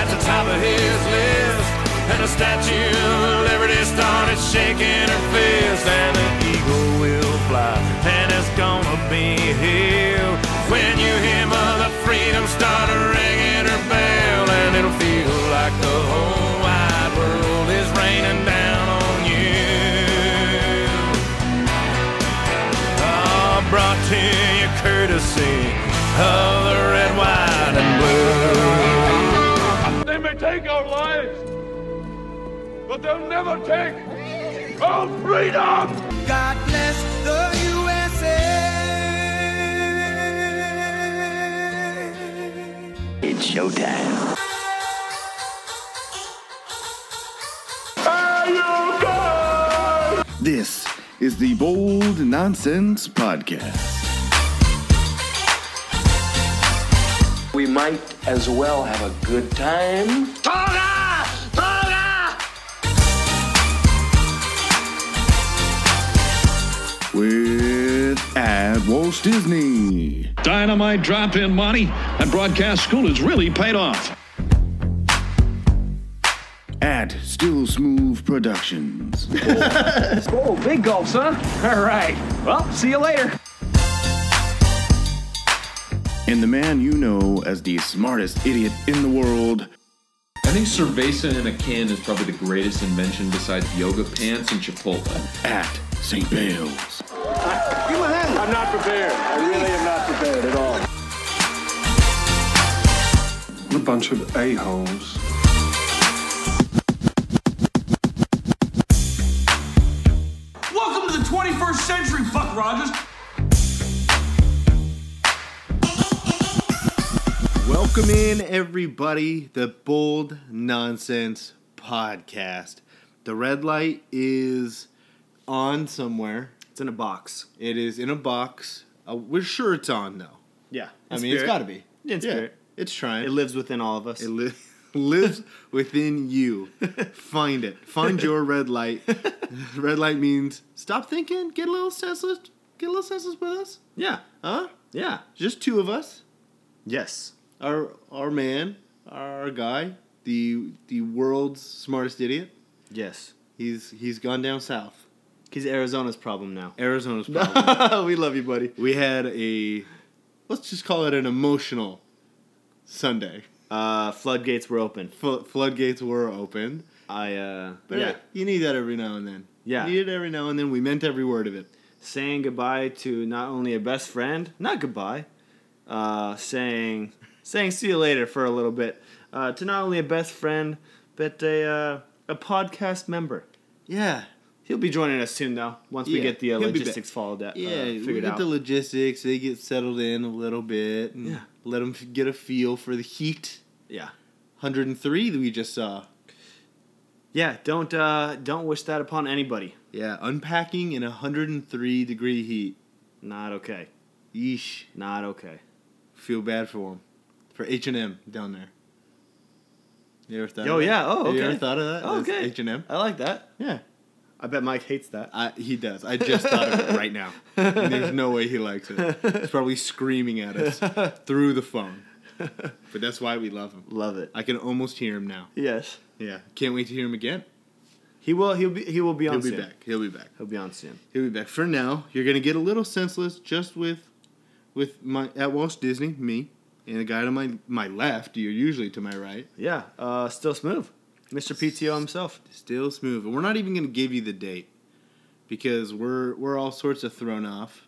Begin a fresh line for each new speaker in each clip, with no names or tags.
at the top of his list. And the Statue of Liberty started shaking her fist. And an eagle will fly, and it's gonna be here. When you hear Mother Freedom start ringing her bell, and it'll feel like the whole wide world is raining down on you. All brought to you courtesy of the red, white, and blue.
They may take our lives, but they'll never take our freedom!
God bless the USA.
It's showtime.
This is the Bold Nonsense Podcast.
We might as well have a good time.
With at Walt Disney,
Dynamite drop in money and broadcast school has really paid off.
at Still Smooth Productions,
Oh, big gulps, huh? All right. Well, see you later.
and the man you know as the smartest idiot in the world,
I think cerveza in a can is probably the greatest invention besides yoga pants and Chipotle.
at St. Bales,
I'm not prepared. I really am not prepared at all. What a bunch of a-holes.
Welcome to the 21st century, Buck Rogers.
Welcome in, everybody, the Bold Nonsense Podcast. The red light is on somewhere. It's in a box. It is in a box. Uh, we're sure it's on, though.
Yeah.
I mean, it's got to be.
In spirit.
It's trying.
It lives within all of us.
It li- lives within you. Find it. Find your red light. red light means stop thinking, get a little senseless, get a little senseless with us.
yeah.
Huh?
Yeah.
Just two of us.
Yes.
our our man, our guy, the the world's smartest idiot.
Yes.
He's he's gone down south.
He's Arizona's problem now.
Arizona's problem. we love you, buddy. We had a let's just call it an emotional Sunday.
Uh, floodgates were open.
Flo- floodgates were open,
I, uh,
but
yeah.
you need that every now and then.
Yeah.
you need it every now and then. We meant every word of it.
Saying goodbye to not only a best friend, not goodbye, uh, saying, saying see you later for a little bit, uh, to not only a best friend, but a, uh, a podcast member.
Yeah,
He'll be joining us soon, though, once we
Yeah,
get the uh,
he'll be back.
logistics followed out.
yeah.
uh,
we
figured
get
out.
the logistics. They get settled in a little bit. And
Yeah.
let them get a feel for the heat.
yeah.
103 that we just saw.
Yeah, don't uh, don't wish that upon anybody.
Yeah, unpacking in 103 degree heat.
Not okay.
Yeesh.
Not okay.
Feel bad for him. For H&M down there. You ever thought
Oh
of that?
yeah. Oh, okay.
You ever thought of that?
Oh,
That's
okay.
H&M?
I like that.
Yeah.
I bet Mike hates that.
I, he does. I just thought of it right now. And there's no way he likes it. He's probably screaming at us through the phone. But that's why we love him.
Love it.
I can almost hear him now.
Yes.
Yeah. Can't wait to hear him again.
He will. He'll be. He will be on.
He'll be
soon.
back. He'll be back.
He'll be on soon.
He'll be back. For now, you're gonna get a little senseless just with with my at Walt Disney, me, and the guy to my my left. You're usually to my right.
Yeah. Uh, still smooth. Mr. PTO himself.
Still smooth. And we're not even going to give you the date because we're we're all sorts of thrown off.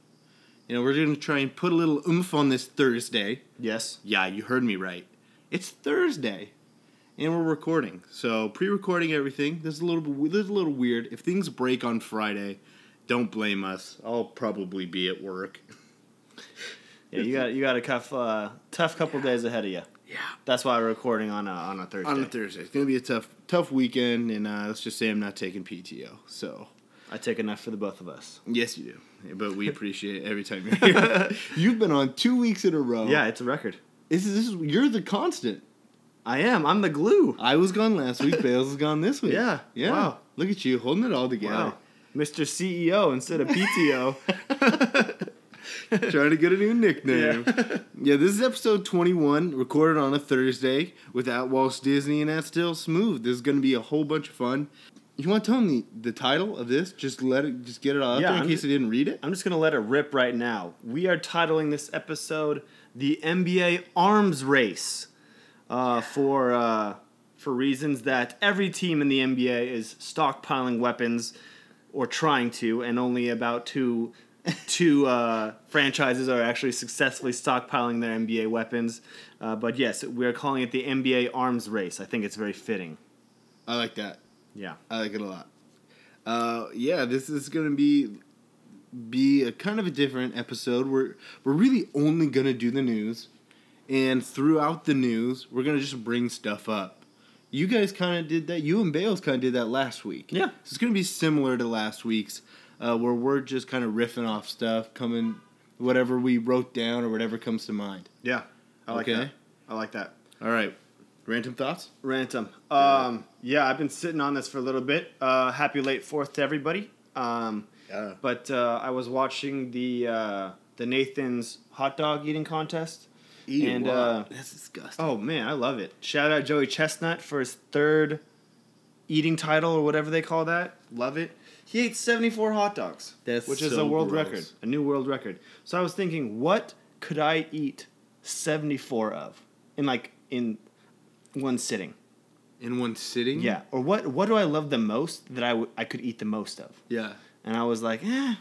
You know, we're going to try and put a little oomph on this Thursday.
Yes.
Yeah, you heard me right. It's Thursday, and we're recording. So pre-recording everything. This is a little bit- this is a little weird. If things break on Friday, don't blame us. I'll probably be at work.
Yeah, you got you got a tough uh, tough couple days ahead of you.
Yeah.
That's why we're recording on a on a Thursday.
On a Thursday, it's gonna be a tough tough weekend, and uh, let's just say I'm not taking PTO. So
I take enough for the both of us.
Yes, you do. But we appreciate it every time you're here. You've been on two weeks in a row.
Yeah, it's a record.
This is, this is you're the constant.
I am. I'm the glue.
I was gone last week. Bales is gone this week.
Yeah.
Yeah.
Wow.
Look at you holding it all together.
Wow. Mr. CEO instead of PTO.
Trying to get a new nickname. Yeah. this is episode 21, recorded on a Thursday with at Walt Disney and at Still Smooth. This is going to be a whole bunch of fun. You want to tell them the, the title of this? Just let it, just get it all out
Yeah,
there in
I'm
case
just-
they didn't read it.
I'm just gonna let it rip right now. We are titling this episode "The NBA Arms Race" uh, for uh, for reasons that every team in the NBA is stockpiling weapons or trying to, and only about two two uh, franchises are actually successfully stockpiling their NBA weapons. Uh, but yes, we are calling it the NBA Arms Race. I think it's very fitting.
I like that.
Yeah.
I like it a lot. Uh, yeah, this is gonna be be a kind of a different episode. We're we're really only gonna do the news, and throughout the news, we're gonna just bring stuff up. You guys kind of did that. You and Bales kind of did that last week.
Yeah.
so it's gonna be similar to last week's, uh, where we're just kind of riffing off stuff, coming whatever we wrote down or whatever comes to mind.
Yeah, I like
Okay.
that. I like that.
All right, random thoughts.
Rantum. Um, yeah, I've been sitting on this for a little bit. Uh, happy late Fourth to everybody. Um,
Yeah.
But uh, I was watching the uh, the Nathan's hot dog eating contest.
Eat
And,
what?
uh,
That's disgusting.
Oh man, I love it! Shout out Joey Chestnut for his third eating title or whatever they call that. Love it. He ate seventy four hot dogs,
That's
which is
so
a world
gross.
record, a new world record. So I was thinking, what could I eat seventy four of in like in one sitting?
in one sitting.
Yeah. Or what what do I love the most that I w- I could eat the most of?
yeah.
And I was like, eh,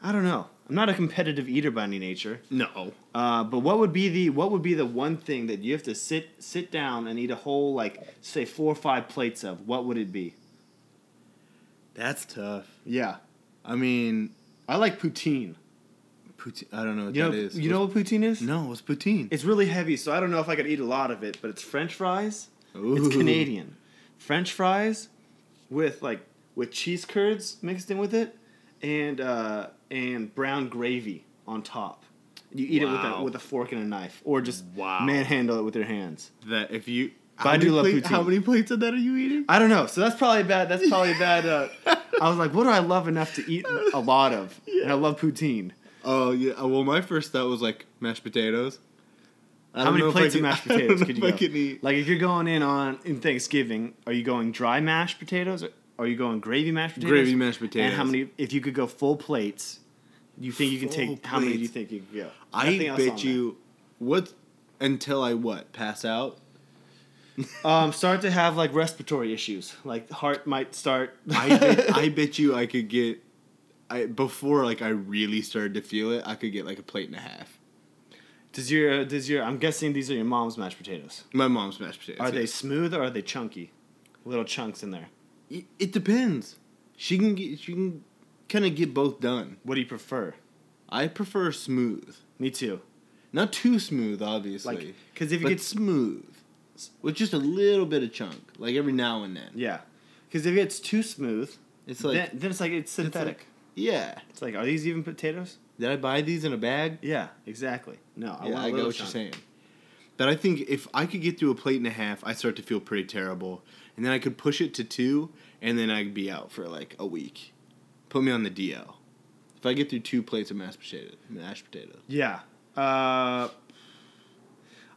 I don't know. I'm not a competitive eater by any nature.
No.
Uh, but what would be the what would be the one thing that you have to sit sit down and eat a whole like say four or five plates of? What would it be?
That's tough.
Yeah.
I mean,
I like poutine.
poutine. I don't know what
You know,
that is.
you know what poutine is?
No, it's poutine.
It's really heavy, so I don't know if I could eat a lot of it, but it's French fries. It's
Ooh.
Canadian. French fries with like with cheese curds mixed in with it and uh, and brown gravy on top. You eat it with
Wow.
a with a fork and a knife or just
Wow.
manhandle it with your hands.
that if you.
But I
How
do
many
love
plate-
poutine.
How many plates of that are you eating?
I don't know. So that's probably a bad that's probably a bad uh, I was like, what do I love enough to eat a lot of? And I love poutine.
Oh yeah. uh, Well, my first thought was like mashed potatoes. I
How
don't know
many
if I
plates
can-
of mashed
I don't
potatoes
know
could
if
you
I
go?
can eat-
Like if you're going in on in Thanksgiving, are you going dry mashed potatoes? Or are you going gravy mashed potatoes?
Gravy mashed
And how
potatoes.
many? If you could go full plates, you think you can take?
Full
How many do
plates.
you think you could go? Nothing
I
else on
bet
that.
you. What? Until I what? Pass out.
Um, start to have like respiratory issues. Like heart might start.
I bet, I bet you I could get. I before like I really started to feel it. I could get like a plate and a half.
does your does your? I'm guessing these are your mom's mashed potatoes.
My mom's mashed potatoes.
Are
yes.
they smooth or are they chunky? Little chunks in there.
It- It depends. She can get she can kind of get both done.
What do you prefer?
I prefer smooth,
Me too.
not too smooth, obviously.
Like because if
if
you
it
get
gets smooth with just a little bit of chunk, like every now and then.
yeah, because if it's too smooth,
It's like
then, then it's like it's synthetic.
yeah.
It's like, are these even potatoes?
Did I buy these in a bag?
Yeah, exactly. No, I
yeah,
want.
I get what you're saying. But I think if I could get through a plate and a half, I start to feel pretty terrible, and then I could push it to two, and then I'd be out for like a week. Put me on the DL. If I get through two plates of mashed potatoes, mashed potatoes.
Yeah. Uh,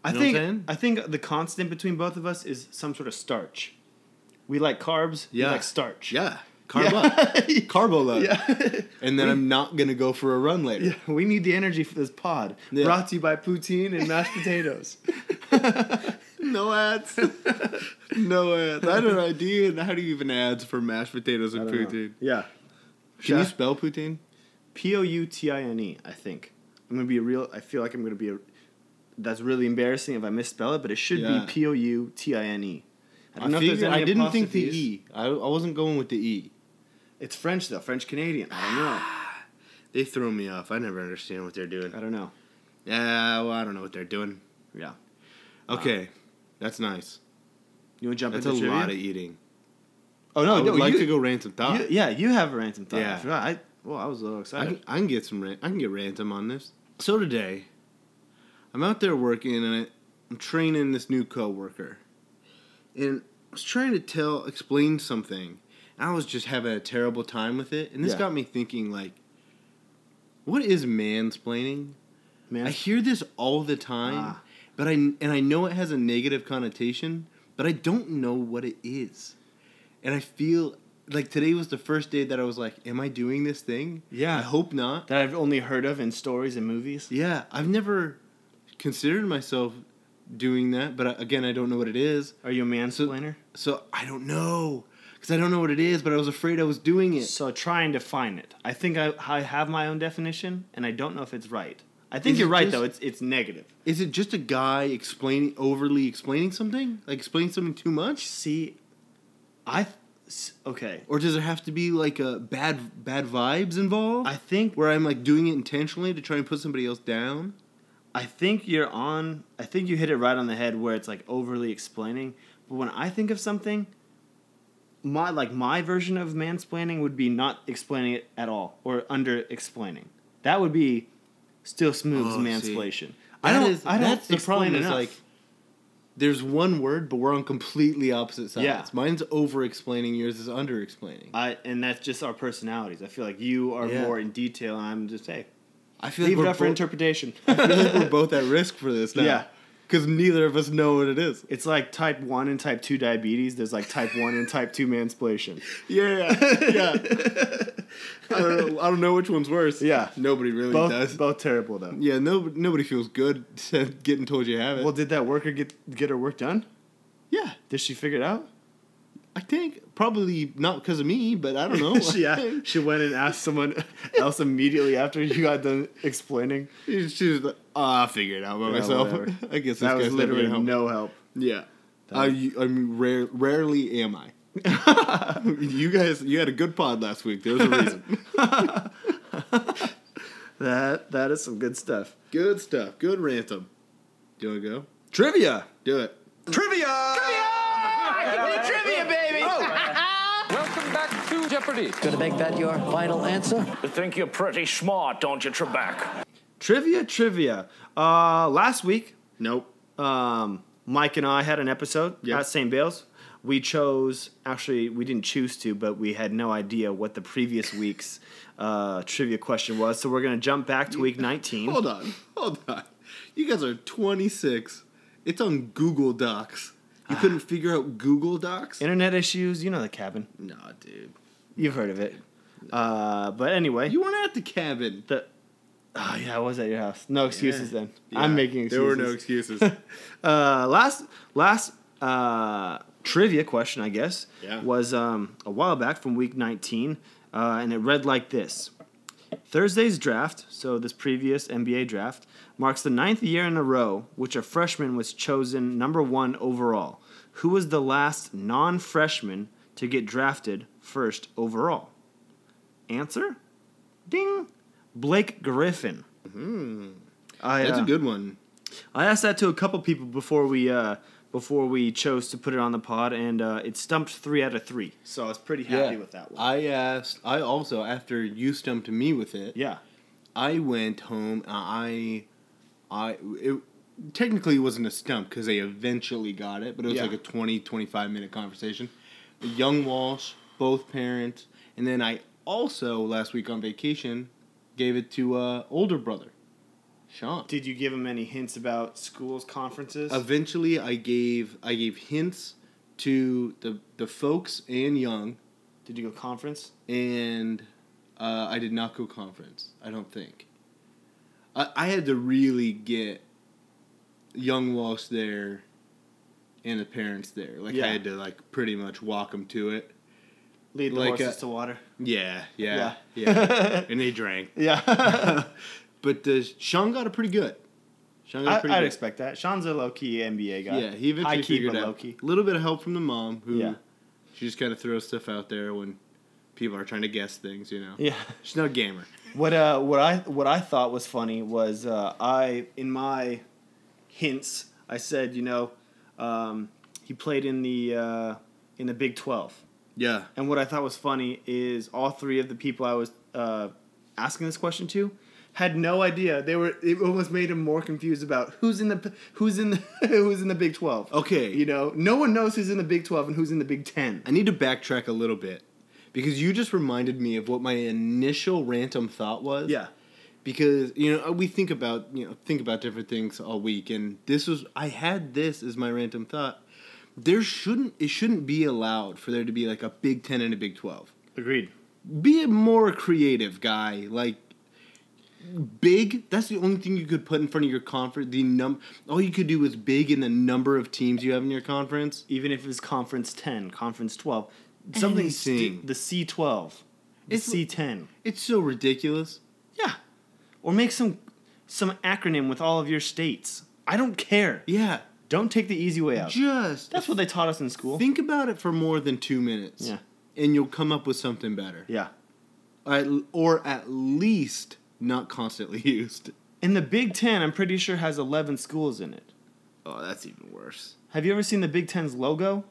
I
You know what I'm saying?
think I think the constant between both of us is some sort of starch. We like carbs. Yeah.
Yeah.
We like starch.
Yeah. Carb up. Carbo load. And then I'm not going to go for a run later.
Yeah, we need the energy for this pod.
Yeah.
Brought to you by poutine and mashed potatoes.
no ads. no ads. I had an idea. And how do you even ads for mashed potatoes and poutine?
Yeah.
Can you spell poutine?
P O U T I N E, I think. I'm going to be a real, I feel like I'm going to be a, that's really embarrassing if I misspell it, but it should
Yeah.
be P O U T I N E.
I figured- I didn't think the
E. I, I wasn't going with the E. It's French, though, French Canadian. I don't know.
They threw me off. I never understand what they're doing.
I don't know.
Yeah, well, I don't know what they're doing.
Yeah.
Okay, that's nice.
You want to jump
That's a
into trivia?
lot of eating.
Oh, no,
I would
no,
like
you-
to go ransom thought.
You- yeah, you have a ransom thought.
Yeah.
Yeah. I, well, I was a little
I
excited.
can, I can get some. ran- I can get ransom on this. So today, I'm out there working and I, I'm training this new coworker, and I was trying to tell, explain something. I was just having a terrible time with it, and this
Yeah.
got me thinking. Like, what is mansplaining?
Man,
I hear this all the time,
Ah.
but I and I know it has a negative connotation, but I don't know what it is. And I feel like today was the first day that I was like, am I doing this thing?
Yeah.
I hope not.
that I've only heard of in stories and movies.
Yeah, I've never considered myself doing that, but I, again, I don't know what it is.
Are you a mansplainer?
So I don't know cuz I don't know what it is, but I was afraid I was doing it.
So trying to find it. I think I, I have my own definition, and I don't know if it's right. I think
Is
you're
it
right
just-
though. It's it's negative.
Is it just a guy explaining overly explaining something? Like explaining something too much?
See, I th- s- okay.
Or does it have to be like a bad bad vibes involved?
I think
where I'm like doing it intentionally to try and put somebody else down.
I think you're on. I think you hit it right on the head where it's like overly explaining. But when I think of something, my like my version of mansplaining would be not explaining it at all or under explaining. That would be still smooths
Oh, I see.
mansplaining. I don't. I don't
That's the
explain
problem. Is
enough.
like, there's one word, but we're on completely opposite sides.
Yeah.
Mine's over explaining. Yours is under explaining.
I and that's just our personalities. I feel like you are
Yeah.
more in detail, and I'm just hey,
I feel
leave it up
like
for
we're, bo-
interpretation.
I feel like we're both at risk for this now.
Yeah.
Because neither of us know what it is.
it's like type one and type two diabetes. There's like type one and type two mansplation.
Yeah. Yeah. I, don't know, I don't know which one's worse.
Yeah.
Nobody really
Both
does.
both terrible though.
Yeah. No, nobody feels good getting told you have it.
Well, did that worker get get her work done?
yeah.
Did she figure it out?
I think probably not because of me, but I don't know.
she a- she went and asked someone else immediately after you got done explaining.
She's just like, oh, I figured it out by
Yeah,
myself.
whatever.
I guess this
That
guy's
was
never gonna
literally
help.
no help.
Yeah, I, I mean, rare, rarely am I. you guys, you had a good pod last week. There's a reason.
That that is some good stuff.
good stuff. Good ransom. Do you want to go?
Trivia.
Do it.
Welcome back to Jeopardy.
Gonna make that your final answer?
You think you're pretty smart, don't you, Trebek?
Trivia. Trivia. Uh, last week
Nope.
um, Mike and I had an episode
Yeah.
at St. Bale's. We chose, actually, we didn't choose to, but we had no idea what the previous week's uh, trivia question was. So we're going to jump back to week 19.
Hold on. Hold on. You guys are 26. It's on Google Docs. You couldn't figure out Google Docs?
Internet issues, you know the cabin.
No, dude.
You've heard of it. Uh, but anyway,
You weren't at the cabin.
the, oh, yeah, I was at your house. No excuses then. I'm
Yeah,
making excuses.
There were no excuses.
uh, last last uh, trivia question, I guess,
Yeah.
was um, a while back from week 19, uh, and it read like this. Thursday's draft, so this previous NBA draft, marks the ninth year in a row which a freshman was chosen number one overall. Who was the last non freshman to get drafted first overall? Answer? Ding! Blake Griffin. I,
Mm-hmm. That's
uh,
a good one.
I asked that to a couple people before we uh, before we chose to put it on the pod, and uh, it stumped three out of three. So I was pretty happy with that one.
I asked. I also after you stumped me with it.
yeah,
I went home. uh, I, I it technically wasn't a stump because they eventually got it, but it was
Yeah.
like a 20, 25 minute conversation. Young Walsh, both parents, and then I also last week on vacation gave it to uh, older brother, Sean.
did you give him any hints about schools conferences?
Eventually, I gave I gave hints to the the folks and Young.
did you go conference?
and uh, I did not go conference. I don't think. I, I had to really get Young Walsh there and the parents there. Like
Yeah.
I had to like pretty much walk them to it.
Lead the
Like,
horses
uh,
to water.
Yeah, yeah,
Yeah.
yeah. and they drank.
Yeah.
but the Sean got it pretty good. Sean
I,
got it pretty
I'd
good.
expect that. Sean's a low key NBA guy.
Yeah, he eventually
High key,
figured
but
out Hmm.
low key.
a little bit of help from the mom, who
Yeah.
she just kind of throws stuff out there when people are trying to guess things. You know,
Yeah.
she's not a gamer.
What uh, what I what I thought was funny was uh, I in my hints I said you know um, he played in the uh, in the Big Twelve.
Yeah.
And what I thought was funny is all three of the people I was uh, asking this question to had no idea. They were it almost made them more confused about who's in the who's in the who's in the Big Twelve.
Okay.
You know, no one knows who's in the Big Twelve and who's in the Big Ten.
I need to backtrack a little bit because you just reminded me of what my initial rantum thought was.
Yeah.
Because you know uh, we think about you know think about different things all week, and this was I had this as my rantum thought. There shouldn't it shouldn't be allowed for there to be like a Big Ten and a Big Twelve.
Agreed.
Be a more creative guy, like big. That's the only thing you could put in front of your conference. The num all you could do was big in the number of teams you have in your conference.
Even if it's conference ten, conference twelve, something stu-
Anything.
the C twelve, the
It's-
C ten.
It's so ridiculous.
Yeah. Or make some some acronym with all of your states. I don't care.
Yeah.
Don't take the easy way out.
Just
That's what they taught us in school.
Think about it for more than two minutes.
Yeah.
And you'll come up with something better.
Yeah.
At- or at least not constantly used.
And the Big Ten, I'm pretty sure, has 11 schools in it.
Oh, that's even worse.
Have you ever seen the Big Ten's logo?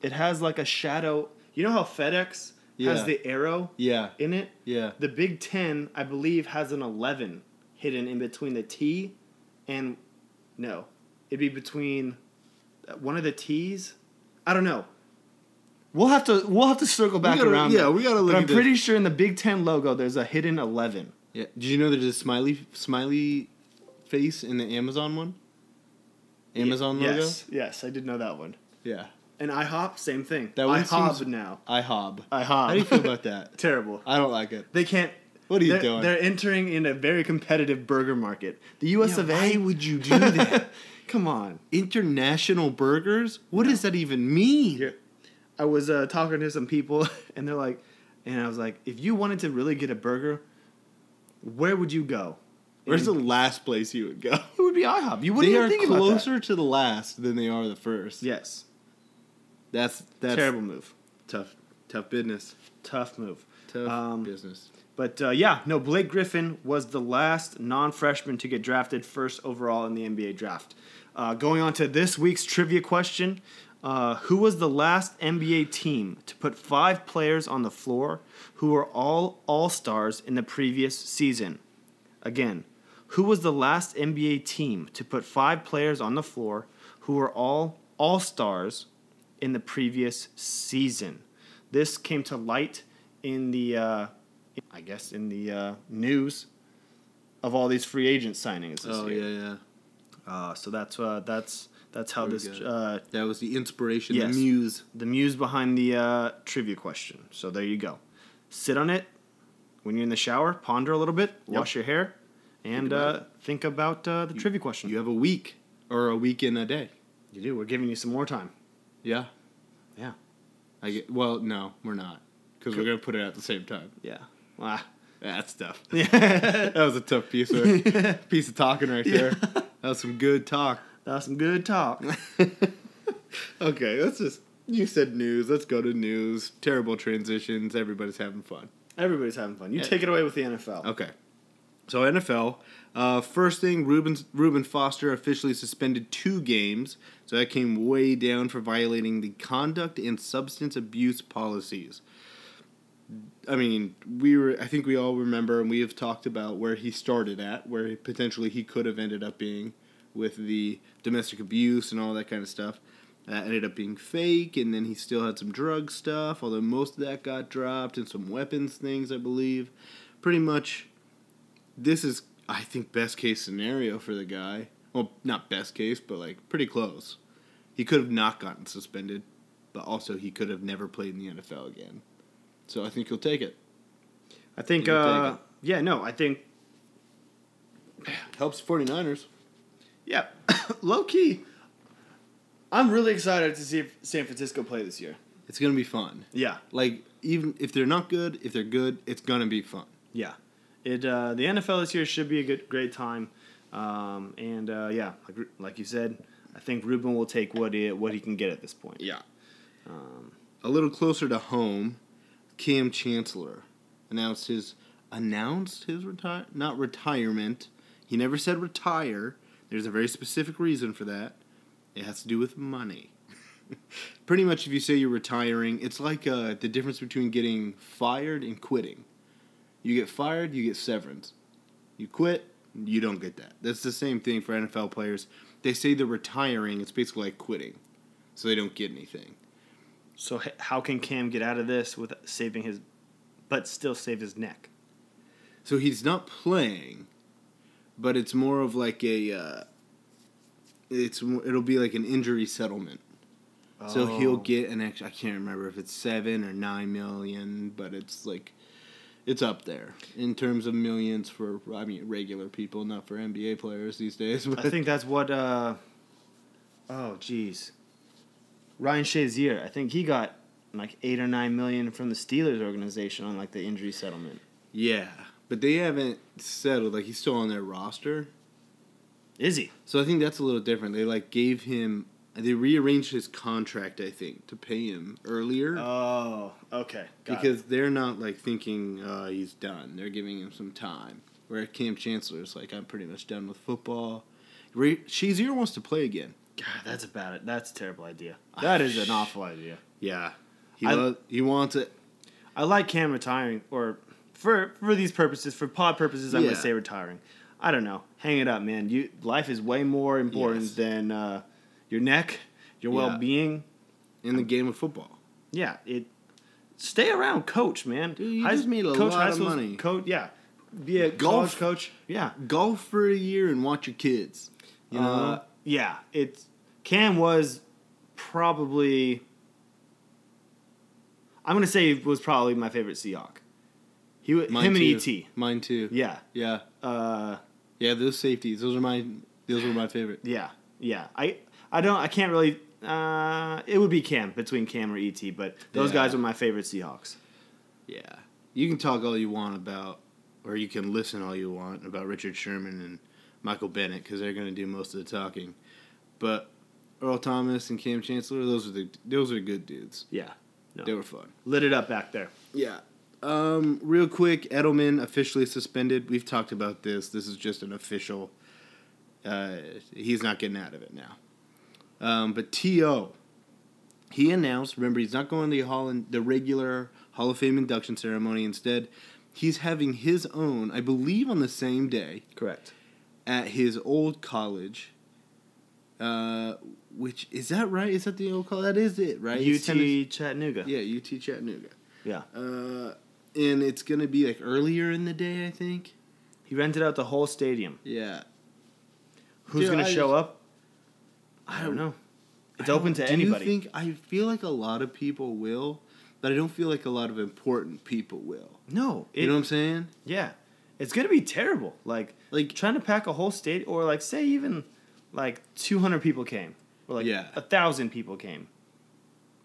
It has like a shadow. You know how FedEx
Yeah.
has the arrow
Yeah.
in it?
Yeah.
The Big Ten, I believe, has an 11 hidden in between the T and. No. It'd be between uh, one of the T's. I don't know. We'll have to we'll have to circle back
gotta-
around.
yeah,
that.
we gotta look
But I'm
at this.
pretty sure in the Big Ten logo there's a hidden eleven.
Yeah. Did you know there's a smiley smiley face in the Amazon one? Amazon logo?
Yes, yes, I did know that one.
Yeah.
And IHOP, same thing.
That one
IHOP
seems-
now.
IHOB.
IHOB.
How do you feel about that?
Terrible.
I don't like it.
They can't.
What are you
they're,
doing?
They're entering in a very competitive burger market. The U.S.
Yeah,
of
Why
A.
would you do that?
Come on.
International burgers? What does that even mean?
You're- I was uh, talking to some people, and they're like, and I was like, if you wanted to really get a burger, where would you go?
Where's the last place you would go?
It would be IHOP. You wouldn't
They
even
are
think about that.
closer to the last than they are the first.
Yes.
That's that's
Terrible move.
Tough, tough business.
Tough move.
Tough
Um,
business.
But uh, yeah, no, Blake Griffin was the last non freshman to get drafted first overall in the NBA draft. Uh, going on to this week's trivia question uh, Who was the last NBA team to put five players on the floor who were all All Stars in the previous season? Again, who was the last NBA team to put five players on the floor who were all All Stars in the previous season? This came to light in the, uh, I guess, in the uh, news of all these free agent signings. This
Oh
year.
yeah, yeah.
Uh, so that's uh, that's that's how
Very
this
good.
uh,
That was the inspiration,
Yes.
the muse.
the muse behind the uh, trivia question. So there you go. Sit on it when you're in the shower. Ponder a little bit. Wash your hair, and uh, think about uh, the trivia question.
You have a week or a week in a day.
You do. We're giving you some more time.
Yeah,
Yeah.
I get. Well, no, we're not because we're gonna put it out at the same time.
Yeah. Ah.
That's tough.
Yeah.
that was a tough piece of piece of talking right there. That was some good talk.
That's some good talk.
Okay, let's just. You said news. Let's go to news. Terrible transitions. Everybody's having fun.
Everybody's having fun. You take it away with the NFL.
Okay. So NFL, uh, first thing, Ruben Ruben Foster officially suspended two games. So that came way down for violating the conduct and substance abuse policies. I mean, we were. I think we all remember, and we have talked about where he started at, where he- potentially he could have ended up being with the domestic abuse and all that kind of stuff. That ended up being fake, and then he still had some drug stuff, although most of that got dropped, and some weapons things, I believe. Pretty much, this is, I think, best case scenario for the guy. Well, not best case, but like pretty close. He could have not gotten suspended, but also he could have never played in the NFL again. So I think he'll take it.
I think.
You take
Uh,
it.
yeah. No. I think.
Helps 49ers.
Yeah. Low key. I'm really excited to see San Francisco play this year.
It's gonna be fun.
Yeah.
Like even if they're not good, if they're good, it's gonna be fun.
Yeah. It uh, the NFL this year should be a good great time, um, and uh, yeah, like, Ru- like you said, I think Ruben will take what he what he can get at this point.
Yeah. Um, a little closer to home, Cam Chancellor announced his announced his retire not retirement. He never said retire. There's a very specific reason for that. It has to do with money. Pretty much, if you say you're retiring, it's like uh, the difference between getting fired and quitting. You get fired, you get severance. You quit, you don't get that. That's the same thing for NFL players. They say they're retiring, it's basically like quitting, so they don't get anything.
So h- how can Cam get out of this with saving his, but still save his neck?
So he's not playing, but it's more of like a. Uh, it's mo- it'll be like an injury settlement. So
Oh.
he'll get an extra. I can't remember if it's seven or nine million, but it's like, it's up there in terms of millions for I mean regular people, not for NBA players these days. But
I think that's what. Uh, oh, jeez. Ryan Shazier, I think he got like eight or nine million from the Steelers organization on like the injury settlement.
yeah, but they haven't settled. Like he's still on their roster.
Is he?
So I think that's a little different. They like gave him. They rearranged his contract, I think, to pay him earlier.
Oh, okay. got it.
because they're not like thinking uh, he's done. They're giving him some time. Where Cam Chancellor's like, I'm pretty much done with football. Re- Shazier wants to play again.
God, that's a bad. That's a terrible idea. That is an awful idea.
Yeah, he
I-
lo- he wants it.
I like Cam retiring, or for for these purposes, for pod purposes, I'm
Yeah.
gonna say retiring. I don't know. Hang it up, man. You life is way more important
Yes.
than uh, your neck, your
Yeah.
well being.
in the game of football.
Yeah, it. Stay around, coach, man.
Dude, you just made a lot of
school's-
money.
Coach, yeah. Be a
Golf.
college coach. Yeah.
Golf for a year and watch your kids. You know,
Uh, yeah, it's Cam was probably. I'm gonna say he was probably my favorite Seahawk. He wa- him
too.
and ET.
Mine too.
Yeah,
yeah,
uh,
yeah. Those safeties. Those are my. Those were my favorite.
yeah, yeah. I I don't I can't really. Uh, it would be Cam between Cam or ET, but those
Yeah.
guys were my favorite Seahawks.
Yeah. You can talk all you want about, or you can listen all you want about Richard Sherman and Michael Bennett because they're going to do most of the talking. But Earl Thomas and Cam Chancellor, those are the those are good dudes.
Yeah, no.
They were fun.
lit it up back there.
Yeah. Um, real quick, Edelman officially suspended. We've talked about this. This is just an official. Uh, he's not getting out of it now. Um, but To, he announced. Remember, he's not going to the hall the regular Hall of Fame induction ceremony. Instead, he's having his own. I believe on the same day
Correct.
at his old college. Uh, which is that right? Is that the old college? That is it, right?
UT
It's Tennessee-
Chattanooga.
Yeah, UT Chattanooga.
yeah.
Uh, and it's gonna be like earlier in the day, I think.
He rented out the whole stadium.
Yeah,
Who's
Dude,
gonna
I
show
just-
up? I don't know. It's open to
Do
anybody.
You think I feel like a lot of people will, but I don't feel like a lot of important people will.
no, it,
you know what I'm saying?
yeah, it's gonna be terrible. Like,
Like-
like trying to pack a whole state, or like say even like 200 people came, or like
Yeah.
a thousand people came.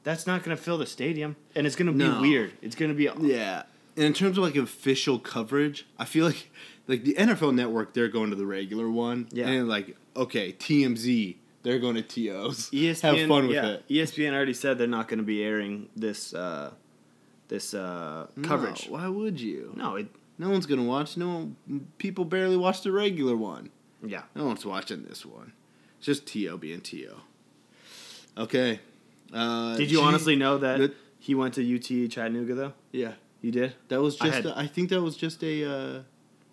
That's not gonna fill the stadium, and it's gonna
No.
be weird. It's gonna be
Yeah. And in terms of like official coverage, I feel like like the NFL Network they're going to the regular one.
Yeah.
And like okay, TMZ they're going to tos.
ESPN,
Have fun with
yeah, E
it.
ESPN already said they're not gonna be airing this uh, this uh, coverage.
No, why would you?
No, it
No one's gonna watch. No one, people barely watch the regular one.
yeah.
No one's watching this one. It's just T.O. being T.O. Okay. Uh,
Did you
G-
honestly know that
that-
he went to UT Chattanooga though?
Yeah.
You did?
That was
I
just,
had-
a- I think that was just a uh,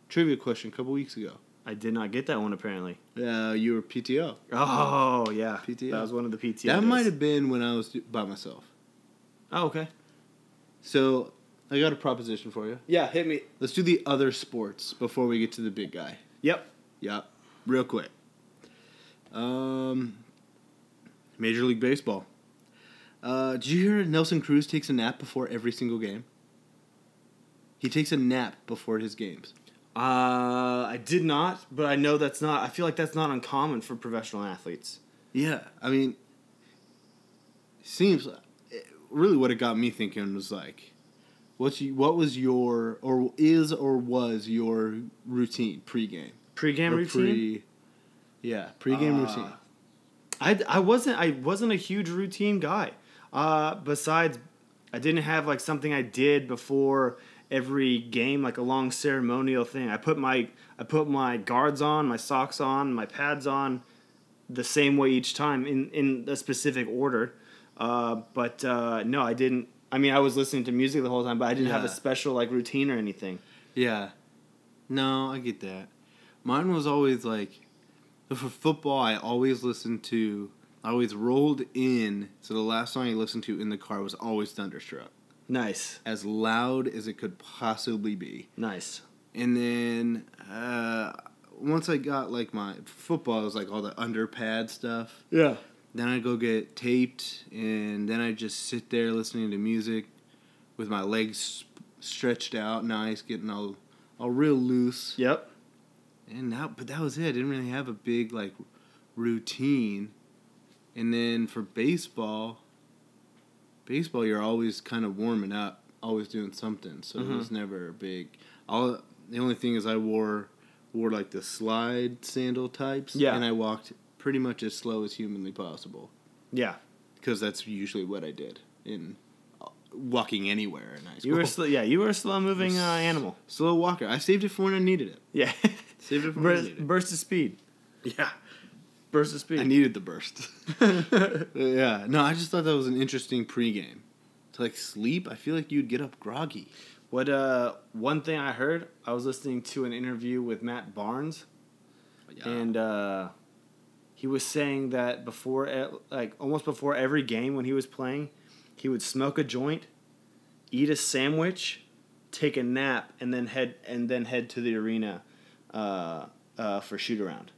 trivia question a couple weeks ago.
I did not get that one apparently.
Uh, you were PTO.
Oh yeah,
PTO.
That was one of the PTO.
that
days.
might have been when I was do- by myself.
Oh okay.
So I got a proposition for you.
Yeah, hit me.
Let's do the other sports before we get to the big guy.
Yep.
Yep. Real quick. Um, Major League Baseball. Uh, did you hear Nelson Cruz takes a nap before every single game? He takes a nap before his games. Uh,
Uh, I did not, but I know that's not. I feel like that's not uncommon for professional athletes.
Yeah, I mean, seems really what it got me thinking was like, what's you, what was your or is or was your routine pregame?
Pregame
Or
routine?
Pre, yeah, pregame
Uh,
routine.
I, I wasn't I wasn't a huge routine guy. Uh, besides, I didn't have like something I did before every game, like a long ceremonial thing. I put my I put my guards on, my socks on, my pads on, the same way each time in in a specific order. Uh, but uh, no, I didn't. I mean, I was listening to music the whole time, but I didn't have a
Yeah.
special like routine or anything.
Yeah. No, I get that. Mine was always like for football I always listened to I always rolled in so the last song I listened to in the car was always Thunderstruck.
Nice.
As loud as it could possibly be.
Nice.
And then uh once I got like my football it was like all the underpad stuff.
Yeah.
Then I go get taped, and then I just sit there listening to music with my legs sp- stretched out, nice, getting all all real loose.
Yep.
And that, but that was it. I didn't really have a big like routine. And then for baseball, baseball you're always kind of warming up, always doing something. So it was
Mhm.
never a big. All the only thing is I wore wore like the slide sandal types.
Yeah.
And I walked pretty much as slow as humanly possible
Yeah.
because that's usually what I did in uh, walking anywhere in high school.
You were slow. Yeah, you were a slow moving uh, animal.
Slow walker. I saved it for when I needed it.
Yeah.
Saved it for when I
burst,
needed it.
burst of speed.
Yeah.
Burst of speed.
I needed the burst. yeah. No, I just thought that was an interesting pregame. To like sleep, I feel like you'd get up groggy.
What uh one thing I heard, I was listening to an interview with Matt Barnes. And uh he was saying that before e- like almost before every game when he was playing, he would smoke a joint, eat a sandwich, take a nap and then head and then head to the arena uh uh for shoot around.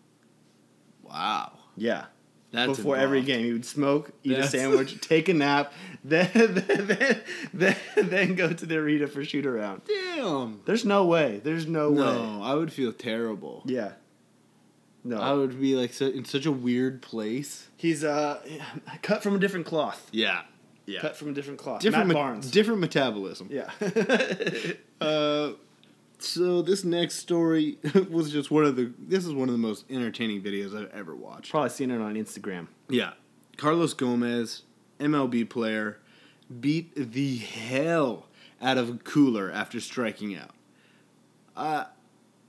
Wow.
Yeah.
That's
before every
involved.
game. He would smoke, eat
That's-
a sandwich, take a nap, then then, then then go to the arena for shoot around.
Damn.
There's no way. There's no, way.
No, I would feel terrible.
Yeah. No.
I would be like su- in such a weird place.
He's uh cut from a different cloth.
Yeah. Yeah.
Cut from a different cloth.
different
Matt
me-
Barnes.
different metabolism.
yeah.
Uh, so this next story was just one of the. This is one of the most entertaining videos I've ever watched.
Probably seen it on Instagram.
Yeah, Carlos Gomez, MLB player, beat the hell out of a cooler after striking out. Uh,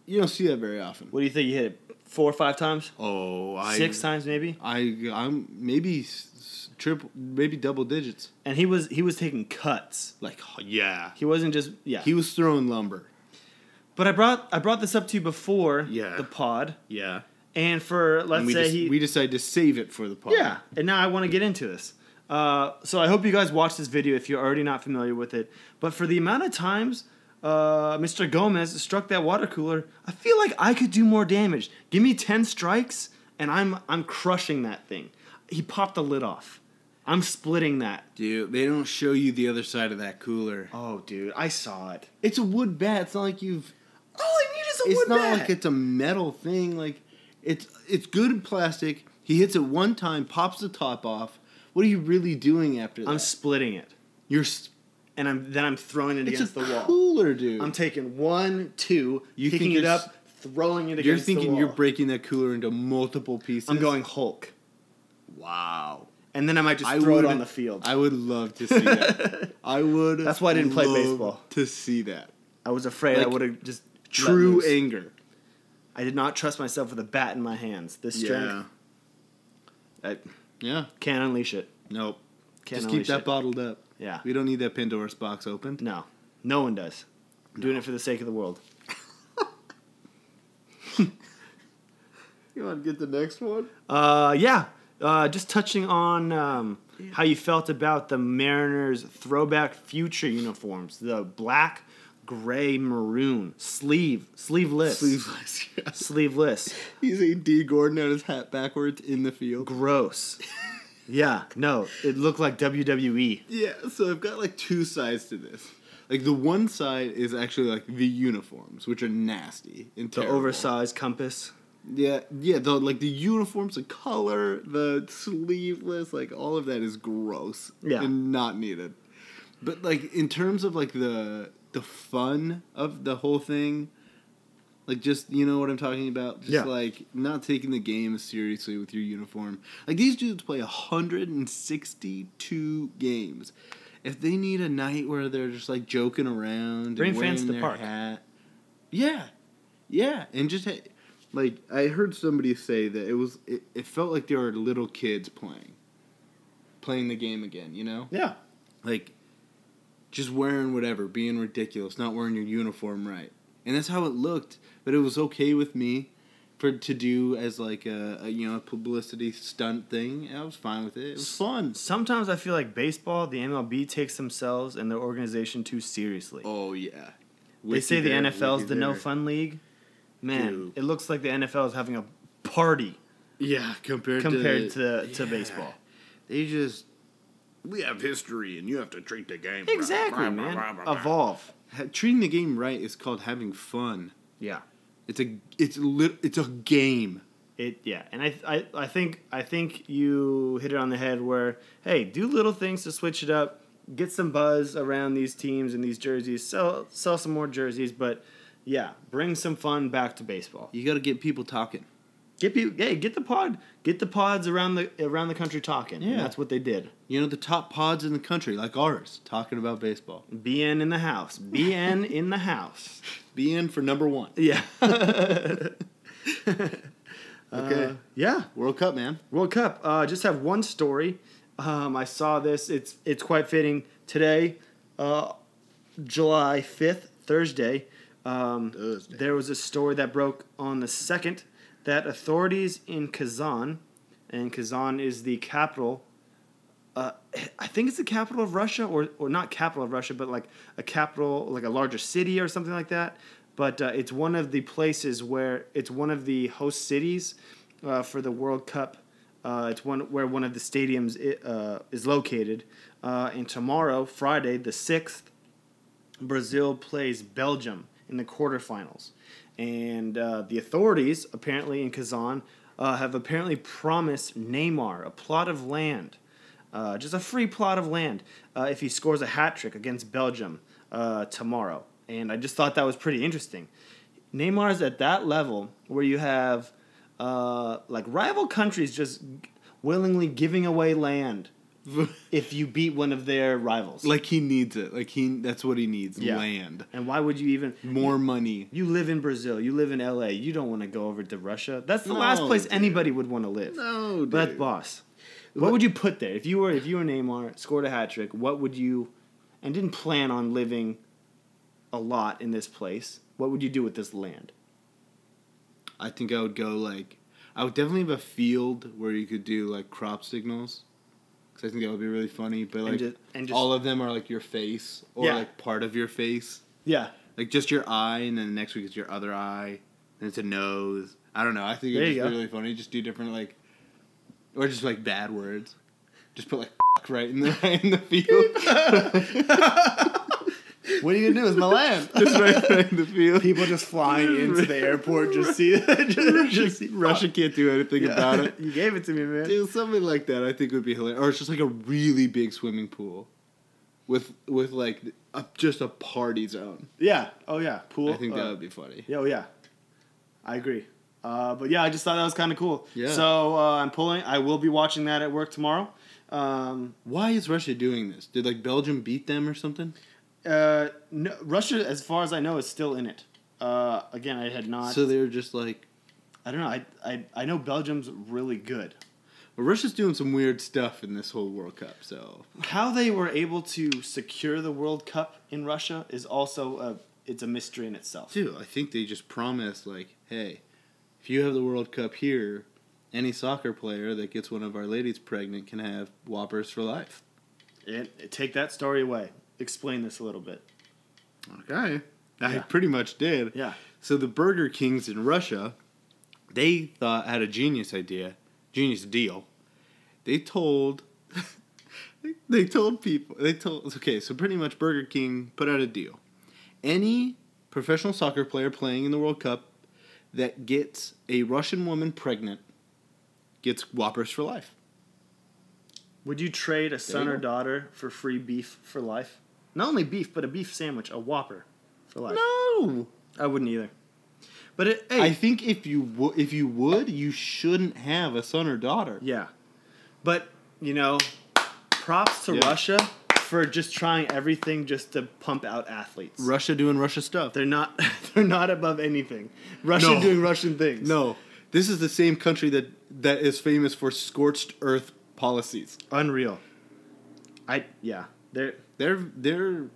you don't see that very often.
What do you think? You hit it four or five times?
Oh, I
Six times maybe?
I I'm maybe s- s- triple, maybe double digits.
And he was he was taking cuts.
Like yeah,
He wasn't just yeah.
he was throwing lumber.
but I brought I brought this up to you before
Yeah.
the pod.
Yeah,
And for let's
and we
say
just-
he
we decided to save it for the pod.
Yeah, and now I want to get into this. Uh, so I hope you guys watch this video if you're already not familiar with it. But for the amount of times uh, Mr. Gomez struck that water cooler, I feel like I could do more damage. Give me ten strikes, and I'm I'm crushing that thing. He popped the lid off. I'm splitting that.
Dude, they don't show you the other side of that cooler.
Oh, dude, I saw it.
It's a wood bat. It's not like you've.
All I need is a
It's
wood
not
bat.
like it's a metal thing. Like it's it's good in plastic. He hits it one time, pops the top off. What are you really doing after that?
I'm splitting it,
You're. s
and I'm then I'm throwing it
it's
against
a
the wall.
cooler, dude.
I'm taking one, two,
You
picking
think
it
you're s-
up, throwing it against
you're
the
thinking
wall.
you're breaking that cooler into multiple pieces.
I'm going Hulk.
Wow.
and then I might just throw it
would-
on the field.
I would love to see that. I would.
That's why I didn't play
love
baseball.
To see that
I was afraid I
Like,
would have just let
true
loose.
anger.
I did not trust myself with a bat in my hands. This strength, I
Yeah.
can't unleash it.
Nope.
Can't
Just keep
unleash
that
it.
bottled up.
Yeah.
We don't need that Pandora's box open.
No, no one does. I'm Doing it for the sake of the world.
You want to get the next one?
Uh, yeah. Uh, just touching on um, how you felt about the Mariners' throwback future uniforms, the black, gray, maroon sleeve, sleeveless,
Sleeveless.
sleeveless.
He's a D Gordon out his hat backwards in the field.
Gross. yeah. No, it looked like E, WWE.
Yeah, so I've got like two sides to this. Like the one side is actually like the uniforms, which are nasty and
The
terrible.
oversized compass.
Yeah, yeah. The like the uniforms, the color, the sleeveless, like all of that is gross.
Yeah.
and not needed. But like in terms of like the the fun of the whole thing, like just you know what I'm talking about. Just
Yeah.
like not taking the game seriously with your uniform. Like these dudes play 162 games. If they need a night where they're just like joking around,
Bring
and
fans
wearing
to the
their
park.
Hat, yeah, yeah, and just ha- like I heard somebody say that it was it, it felt like there were little kids playing playing the game again, you know?
Yeah.
Like just wearing whatever, being ridiculous, not wearing your uniform right. And that's how it looked, but it was okay with me for to do as like a, a you know, a publicity stunt thing. and I was fine with it. It was fun.
Sometimes I feel like baseball, the MLB takes themselves and their organization too seriously.
Oh yeah.
they say the
Wiki there,
NFL's
wiki
the no
there.
fun league. Man,
Dude.
it looks like the NFL is having a party
Yeah, compared
compared
to,
to, to
yeah.
baseball.
They just
We have history, and you have to treat the game right.
Exactly,
Blah, blah,
man.
blah, blah, blah.
Evolve.
ha- treating the game right is called having fun.
Yeah.
It's a it's lit, it's a game.
It yeah, and I, I I think I think you hit it on the head where hey, do little things to switch it up, get some buzz around these teams and these jerseys, sell sell some more jerseys, but yeah, bring some fun back to baseball.
You got to get people talking.
Get people, hey, get the pod, get the pods around the around the country talking. Yeah,
Yeah.
that's what they did.
You know the top pods in the country, like ours, talking about baseball.
BN in the house, BN in the house.
Be in for number one.
Yeah,
Okay,
yeah.
World Cup, man.
World Cup. Uh, just have one story. Um, I saw this. It's it's quite fitting today, uh, July fifth, Thursday. Um,
Thursday.
There was a story that broke on the second that authorities in Kazan, and Kazan is the capital. Uh, I think it's the capital of Russia, or or not capital of Russia, but like a capital, like a larger city or something like that. But uh, it's one of the places where it's one of the host cities uh, for the World Cup. Uh, it's one where one of the stadiums i uh, is located. Uh, and tomorrow, Friday the sixth, Brazil plays Belgium in the quarterfinals, and uh, the authorities apparently in Kazan uh, have apparently promised Neymar a plot of land, uh, just a free plot of land, uh, if he scores a hat trick against Belgium uh, tomorrow. And I just thought that was pretty interesting. Neymar's at that level where you have uh, like rival countries just willingly giving away land if you beat one of their rivals.
Like he needs it. Like he that's what he needs.
Yeah.
Land,
and why would you even
more money.
you live in Brazil. You live in LA. You don't want to go over to Russia. That's the
No,
last place
dude.
anybody would want to live.
No,
But that's boss. What, would you put there if you were if you were Neymar, scored a hat trick? What would you, and didn't plan on living a lot in this place? What would you do with this land?
I think I would go like I would definitely have a field where you could do like crop signals. Cause I think that would be really funny, but like
ju- and just-
all of them are like your face or
Yeah.
like part of your face,
Yeah,
like just your eye, and then the next week it's your other eye, and it's a nose. I don't know. I think
There
it'd
you
just be
go.
really funny. Just do different like, or just like bad words. Just put like right in the right in the field.
what are you gonna do with my land?
just right, right in the field.
People just flying into the airport, just see, just see
Russia can't do anything about it.
You gave it to me, man.
Dude, something like that I think would be hilarious. Or it's just like a really big swimming pool with with like a, just a party zone.
Yeah. Oh yeah. Pool.
I think that
uh,
would be funny.
Yeah, oh yeah, I agree. Uh, but yeah, I just thought that was kind of cool.
Yeah.
So uh, I'm pulling. I will be watching that at work tomorrow. Um,
Why is Russia doing this? Did like Belgium beat them or something?
uh, no, Russia, as far as I know, is still in it. Uh, again, I had not.
so they were just like
I don't know. I, I I know Belgium's really good.
well, Russia's doing some weird stuff in this whole World Cup. So
How they were able to secure the World Cup in Russia is also a it's a mystery in itself.
dude, I think they just promised like, hey, if you have the World Cup here, any soccer player that gets one of our ladies pregnant can have Whoppers for life.
It- take that story away. Explain this a little bit.
Okay. I
Yeah.
pretty much did.
Yeah.
So the Burger Kings in Russia, they thought had a genius idea, genius deal. They told they told people they told okay, so pretty much Burger King put out a deal. Any professional soccer player playing in the World Cup, that gets a Russian woman pregnant gets Whoppers for life.
Would you trade a son
you
or
go.
daughter for free beef for life? Not only beef, but a beef sandwich, a Whopper, for life.
No,
I wouldn't either. But it, hey,
I think if you wo- if you would, you shouldn't have a son or daughter.
Yeah. But, you know, props to
Yeah.
Russia for just trying everything just to pump out athletes.
Russia doing Russia stuff.
They're not they're not above anything. Russia
No.
doing Russian things.
No, this is the same country that that is famous for scorched earth policies.
Unreal. I yeah. They're
They're they're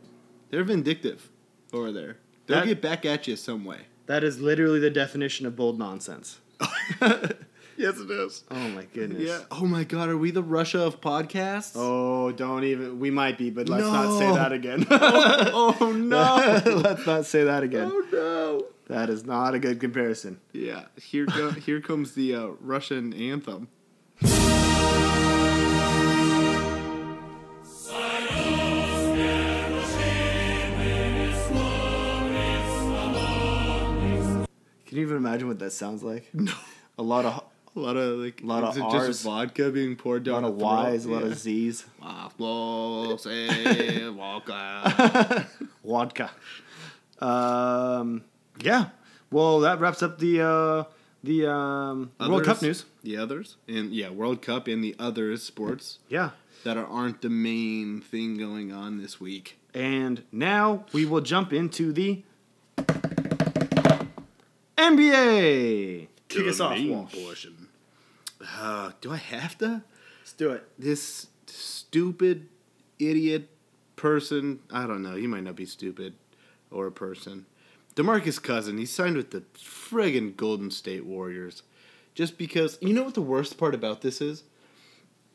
they're vindictive over there. They'll
That-
get back at you some way.
that is literally the definition of bold nonsense.
Yes, it is.
Oh my goodness.
Yeah. Uh, Oh my God, are we the Russia of podcasts?
Oh, don't even we might be, but let's not say
No.
that again.
Oh, oh, no!
let's not say that again.
oh no!
That is not a good comparison.
Yeah. Here go, here comes the uh, Russian anthem.
Can you even imagine what that sounds like? No. A lot of
A lot of like
Lot of
is it
Rs.
just vodka being poured
a
down
lot of
the
Y's, a lot of Z's.
of vodka.
Vodka. Um, yeah. Well, that wraps up the uh, the um, World Cup
Others-
news.
The others and yeah, World Cup and the other sports
Yeah.
that are, aren't the main thing going on this week.
And now we will jump into the NBA. Kick us off,
Main
Walsh.
portion. Uh, do I have to?
Let's do it.
This stupid idiot person. I don't know. He might not be stupid or a person. Demarcus Cousin. He signed with the friggin' Golden State Warriors. Just because you know what the worst part about this is?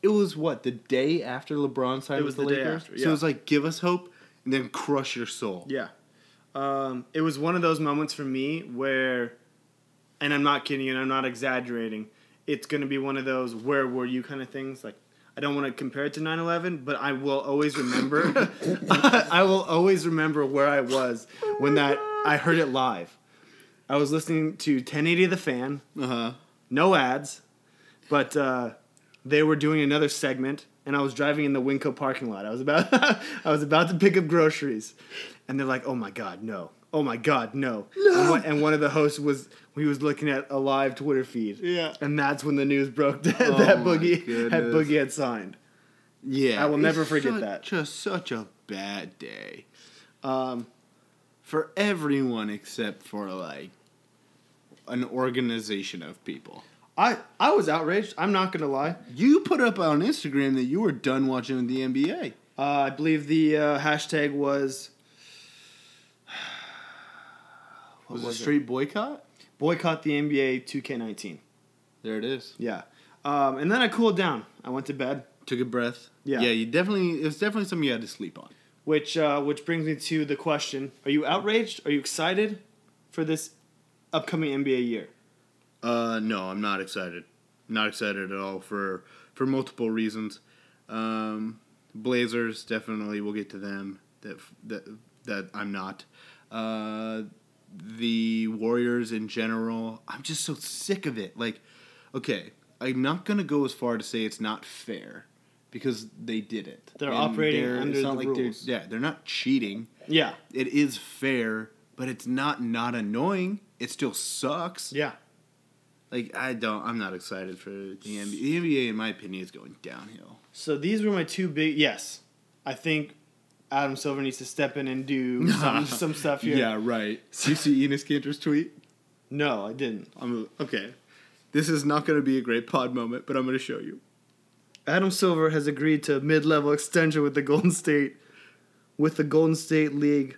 It was what the day after LeBron signed
It was
with the,
the day
Lakers.
after,
So
yeah.
it was like give us hope and then crush your soul.
Yeah. Um, it was one of those moments for me where, and I'm not kidding and I'm not exaggerating, it's going to be one of those where were you kind of things. Like, I don't want to compare it to 9 11, but I will always remember, I will always remember where I was when that, I heard it live. I was listening to 1080 The Fan,
Uh huh.
no ads, but uh, they were doing another segment, and I was driving in the Winco parking lot. I was about I was about to pick up groceries, and they're like, "Oh my god, no! Oh my god, no!" And, one, and one of the hosts was he was looking at a live Twitter feed,
Yeah. Oh
and that's when the news broke that, that
my
Boogie had
goodness.
Boogie had signed.
Yeah.
I will never
it's
forget
such
that.
Just such a bad day. Um, for everyone except for like an organization of people.
I I was outraged. I'm not gonna lie.
You put up on Instagram that you were done watching the NBA.
Uh, I believe the uh, hashtag was
Was,
was
it
it?
a straight boycott?
boycott the NBA 2K19.
There it is.
Yeah. Um, and then I cooled down. I went to bed,
Took a breath.
Yeah.
Yeah, you definitely it was definitely something you had to sleep on.
which uh, which brings me to the question: Are you outraged? Are you excited for this upcoming NBA year?
Uh, no, I'm not excited. Not excited at all for for multiple reasons. Um, Blazers definitely. We'll get to them. That that that I'm not. Uh, the Warriors in general. I'm just so sick of it. Like, okay, I'm not gonna go as far to say it's not fair because they did it.
They're operating under
it's not
the
like
rules.
They're, yeah, they're not cheating
Yeah.
it is fair, but it's not not annoying. It still sucks.
Yeah.
Like I don't. I'm not excited for the NBA. The NBA, in my opinion, is going downhill.
So these were my two big. Yes, I think Adam Silver needs to step in and do some, some stuff here.
right. you see Enos Cantor's tweet?
No, I didn't.
I'm okay. This is not going to be a great pod moment, but I'm going to show you.
Adam Silver has agreed to a mid-level extension with the Golden State, with the Golden State League,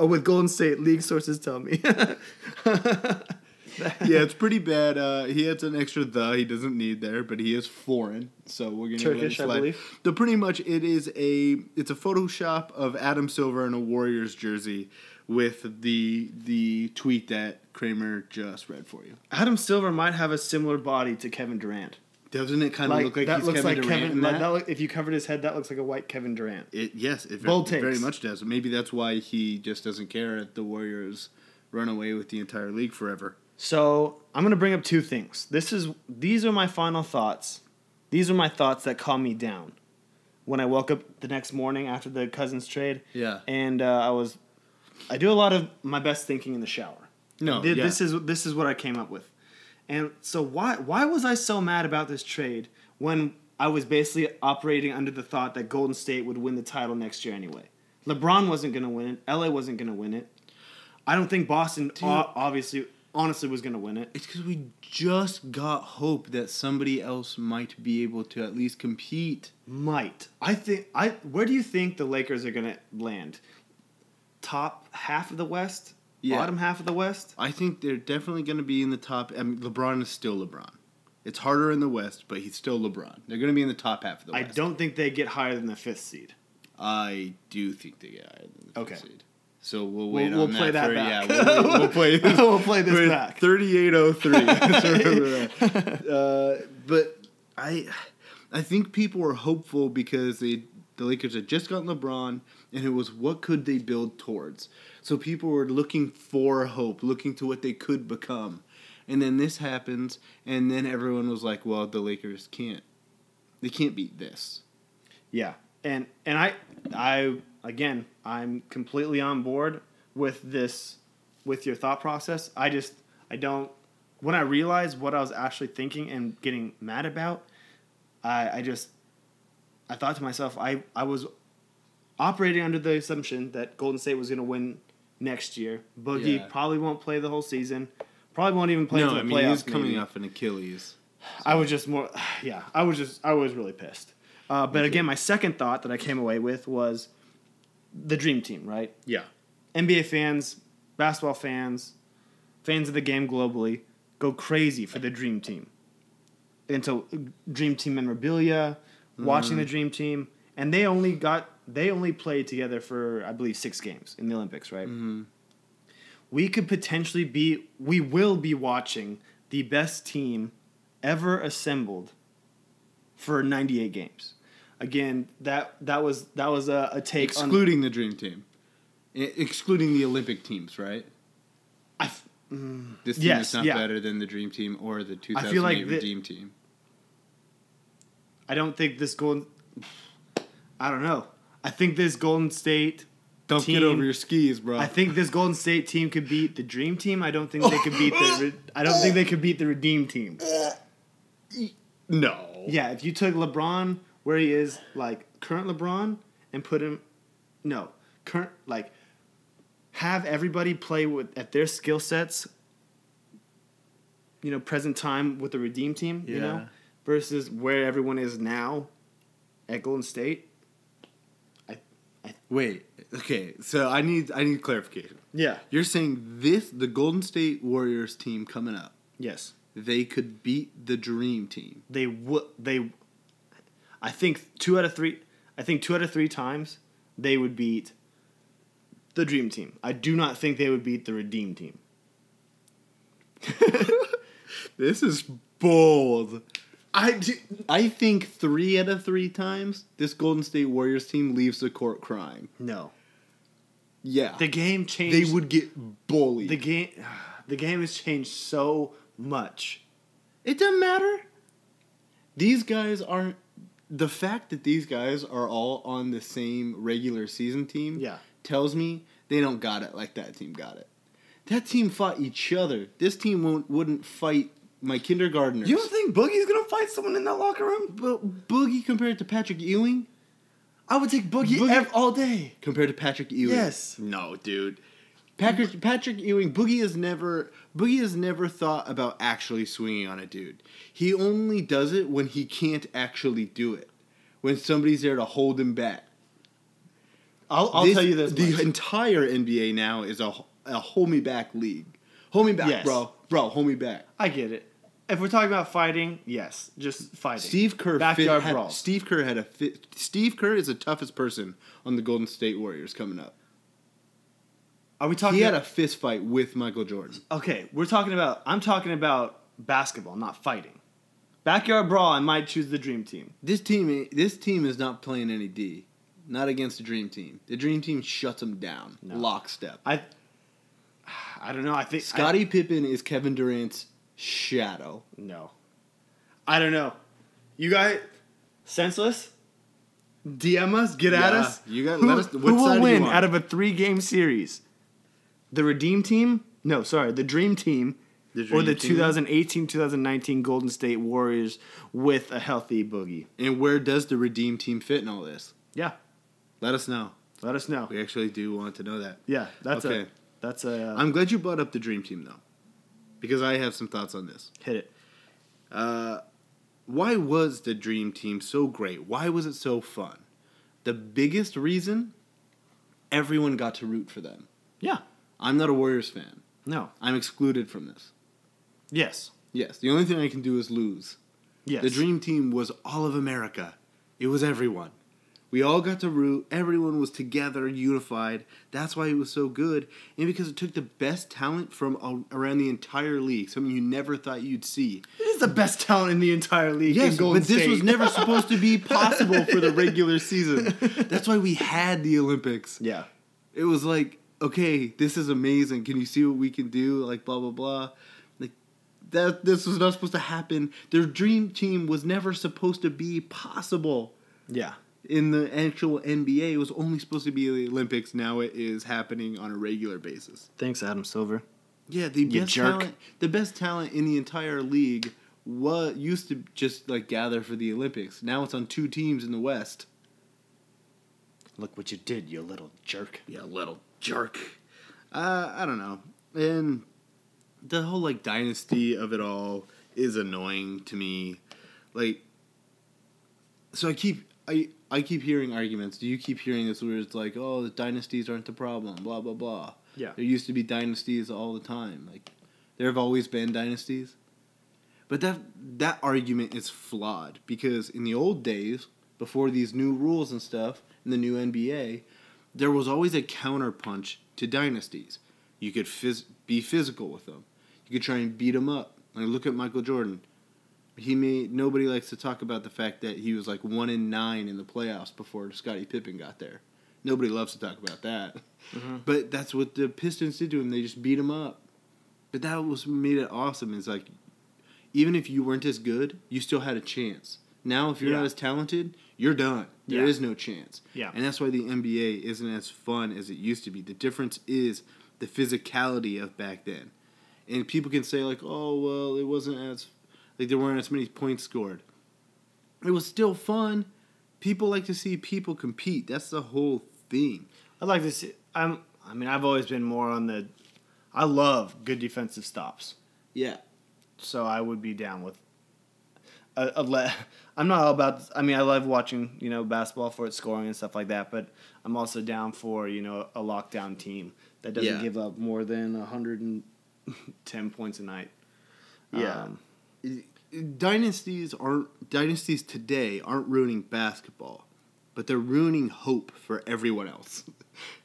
oh, with Golden State League sources tell me.
yeah, it's pretty bad. Uh, he adds an extra the he doesn't need there, but he is foreign, so we're gonna let him
Turkish, I
slide.
believe.
So pretty much, it is a it's a Photoshop of Adam Silver in a Warriors jersey with the the tweet that Kramer just read for you.
Adam Silver might have a similar body to Kevin Durant.
Doesn't it kind of
Like,
look like
that
he's
looks
Kevin
like
Durant
Kevin.
in
like,
that?
that look- if you covered his head, that looks like a white Kevin Durant.
It, yes, it very,
Bold
it very
takes.
much does. Maybe that's why he just doesn't care if the Warriors run away with the entire league forever.
So I'm gonna bring up two things. This is these are my final thoughts. These are my thoughts that calm me down when I woke up the next morning after the cousins trade.
Yeah.
And uh, I was, I do a lot of my best thinking in the shower.
No,
Th-
Oh, yeah.
this is this is what I came up with. And so why why was I so mad about this trade when I was basically operating under the thought that Golden State would win the title next year anyway? LeBron wasn't going to win it. LA wasn't going to win it. I don't think Boston
Dude.
o- obviously honestly was going to win it.
It's because we just got hope that somebody else might be able to at least compete.
Might. I think I where do you think the Lakers are going to land? Top half of the West?
Yeah.
Bottom half of the West?
I think they're definitely going to be in the top. I mean, LeBron is still LeBron. It's harder in the West, but he's still LeBron. They're going to be in the top half of the
I
West.
don't think they get higher than the 5th seed.
I do think they get higher than the
Okay.
fifth seed. So we'll
We'll-
wait
we'll
on
play that
for-
back.
Yeah, we'll, we'll play this.
We'll play this
we're
back.
3803. That's where we're at. uh, but I I think people were hopeful because they the Lakers had just gotten LeBron and it was what could they build towards. So people were looking for hope, looking to what they could become. And then this happens and then everyone was like, well, the Lakers can't they can't beat this.
Yeah, and and I I again I'm completely on board with this with your thought process. I just I don't when I realized what I was actually thinking and getting mad about, I I just I thought to myself I I was operating under the assumption that Golden State was going to win next year. Boogie
Yeah.
probably won't play the whole season. Probably won't even play
no,
until
I
the
mean
playoffs.
he's coming
maybe.
off an Achilles.
I was just more, yeah, I was just, I was really pissed. Uh, but again, my second thought that I came away with was the dream team, right?
Yeah.
NBA fans, basketball fans, fans of the game globally go crazy for the dream team. And so, uh, dream team memorabilia, watching the dream team, and they only got, they only played together for, I believe, six games in the Olympics, right? we could potentially be we will be watching the best team ever assembled for 98 games again that that was that was a, a take on
excluding the dream team, E- excluding the Olympic teams, right?
I f- mm,
This team
Yes,
is not
yeah.
better than the dream team or the
I
2008
feel like the-
redeem team.
i don't think this golden i don't know i think this golden state
Don't
team,
get over your skis, bro.
i think this golden state team could beat the dream team i don't think they could beat the Re- i don't think they could beat the redeem team
no.
Yeah, if you took LeBron where he is, like current LeBron, and put him, no, current like have everybody play with at their skill sets. You know, present time with the redeem team. You know,
Yeah.
versus where everyone is now at Golden State.
Wait. Okay. So I need I need clarification.
Yeah.
You're saying this the Golden State Warriors team coming up,
Yes.
they could beat the dream team.
They would. They. I think two out of three. I think two out of three times they would beat the dream team. I do not think they would beat the redeem team.
This is bold. I do, I think 3 out of 3 times this Golden State Warriors team leaves the court crying.
No.
Yeah.
The game changed.
They would get bullied.
The game. The game has changed so much.
It doesn't matter. These guys aren't. The fact that these guys are all on the same regular season team
Yeah.
tells me they don't got it like that team got it. That team fought each other. This team won't, wouldn't fight my kindergartners.
You don't think Boogie's gonna fight someone in that locker room?
But Boogie compared to Patrick Ewing?
I would take Boogie,
Boogie-
ev- all day.
Compared to Patrick Ewing?
Yes.
No, dude. Patrick Patrick Ewing Boogie has never Boogie has never thought about actually swinging on a dude. He only does it when he can't actually do it. When somebody's there to hold him back.
I'll, I'll tell you this.
the
much.
entire NBA now is a a hold me back league. Hold me back,
Yes.
bro. Bro, hold me back.
I get it. If we're talking about fighting, yes, just fighting.
Steve Kerr
backyard
fit, had,
brawls.
Steve Kerr had a fit, Steve Kerr is the toughest person on the Golden State Warriors coming up.
Are we talking?
He had a fist fight with Michael Jordan.
okay, we're talking about. I'm talking about basketball, not fighting. Backyard brawl. I might choose the dream team.
This team, ain't- this team is not playing any D. Not against the Dream Team. The Dream Team shuts them down, lockstep.
I. I don't know. I think
Scottie Pippen is Kevin Durant's shadow.
No. I don't know. You guys, senseless. DM us. Get at
Yeah,
us.
you got-
Who,
let us-
who
what side are
will
you
win
on?
out of a three-game series? The Redeem Team? No, sorry, the Dream Team, or
Dream
the
Team?
2018-2019 Golden State Warriors with a healthy Boogie.
And where does the Redeem team fit in all this?
Yeah,
Let us know.
let us know.
We actually do want to know that.
Yeah, that's
Okay.
a that's a
I'm glad you brought up the Dream Team though, because I have some thoughts on this.
hit it.
Uh, why was the Dream Team so great? Why was it so fun? The biggest reason, everyone got to root for them.
Yeah.
I'm not a Warriors fan.
No.
I'm excluded from this.
Yes.
Yes, the only thing I can do is lose.
Yes.
The dream team was all of America. It was everyone. We all got to root. Everyone was together, unified. That's why it was so good, and because it took the best talent from all, around the entire league, something you never thought you'd see.
This is the best talent in the entire league.
Yes,
in Golden
but this
State.
was never supposed to be possible for the regular season. That's why we had the Olympics.
Yeah.
It was like, okay, this is amazing. Can you see what we can do? Like blah blah blah. Like that this was not supposed to happen. Their dream team was never supposed to be possible
Yeah.
in the actual NBA. It was only supposed to be the Olympics. Now it is happening on a regular basis.
Thanks, Adam Silver.
Yeah, the
You
best
jerk.
talent, the best talent in the entire league was used to just like gather for the Olympics. Now it's on two teams in the West.
Look what you did, you little jerk.
Yeah, little jerk. Uh, I don't know. And the whole like dynasty of it all is annoying to me. Like, so I keep I I keep hearing arguments. Do you keep hearing this where it's like, oh, the dynasties aren't the problem. Blah blah blah.
Yeah.
There used to be dynasties all the time. Like, there have always been dynasties. But that that argument is flawed because in the old days, before these new rules and stuff, in the new NBA, there was always a counterpunch to dynasties. You could phys- be physical with them. You could try and beat them up. Like look at Michael Jordan. He made nobody likes to talk about the fact that he was like one in nine in the playoffs before Scottie Pippen got there. Nobody loves to talk about that.
Mm-hmm.
But that's what the Pistons did to him. They just beat him up. But that was what made it awesome. Is like even if you weren't as good, you still had a chance. Now, if you're
Yeah.
not as talented, you're done. There
Yeah.
is no chance.
Yeah.
And that's why the NBA isn't as fun as it used to be. The difference is the physicality of back then. And people can say, like, oh, well, it wasn't as, like, there weren't as many points scored. It was still fun. People like to see people compete. That's the whole thing.
I'd like to see. I'm. I mean, I've always been more on the. I love good defensive stops,
Yeah.
so I would be down with. A, a le- I'm not all about. I mean, I love watching you know basketball for its scoring and stuff like that, but I'm also down for you know a lockdown team that doesn't
Yeah.
give up more than 110 points a night.
Yeah.
Um,
dynasties aren't dynasties today aren't ruining basketball, but they're ruining hope for everyone else.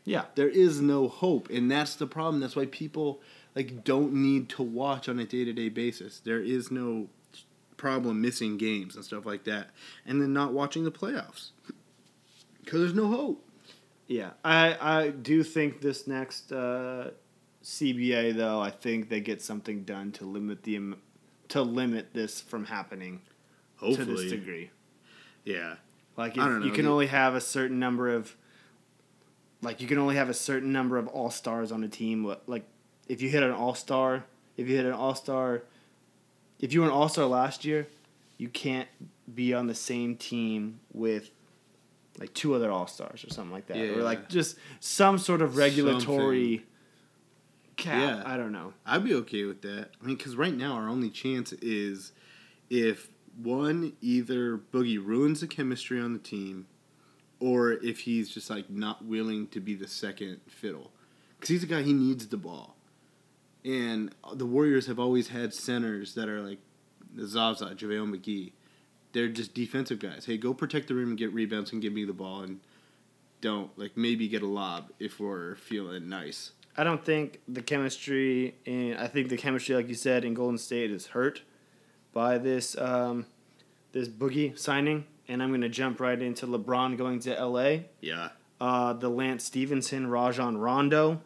yeah.
there is no hope, and that's the problem. That's why people like don't need to watch on a day to day basis. There is no problem missing games and stuff like that, and then not watching the playoffs because there's no hope.
Yeah, I, I do think this next uh, CBA though I think they get something done to limit the am- to limit this from happening to this degree.
yeah.
Like
I
if
don't know,
you can
the-
only have a certain number of like you can only have a certain number of all stars on a team. What- Like if you hit an all star, if you hit an all star, if you were an all star last year, you can't be on the same team with like two other all stars or something like that,
Yeah.
or like just some sort of regulatory. Cap.
Yeah.
I don't know.
I'd be okay with that. I mean, because right now our only chance is if one either Boogie ruins the chemistry on the team, or if he's just like not willing to be the second fiddle, because he's a guy he needs the ball, and the Warriors have always had centers that are like Zaza, JaVale McGee. They're just defensive guys. Hey, go protect the rim and get rebounds and give me the ball and don't like maybe get a lob if we're feeling nice.
I don't think the chemistry in I think the chemistry, like you said, in Golden State is hurt by this um, this boogie signing. And I'm gonna jump right into LeBron going to LA.
Yeah.
Uh, the Lance Stevenson, Rajon Rondo,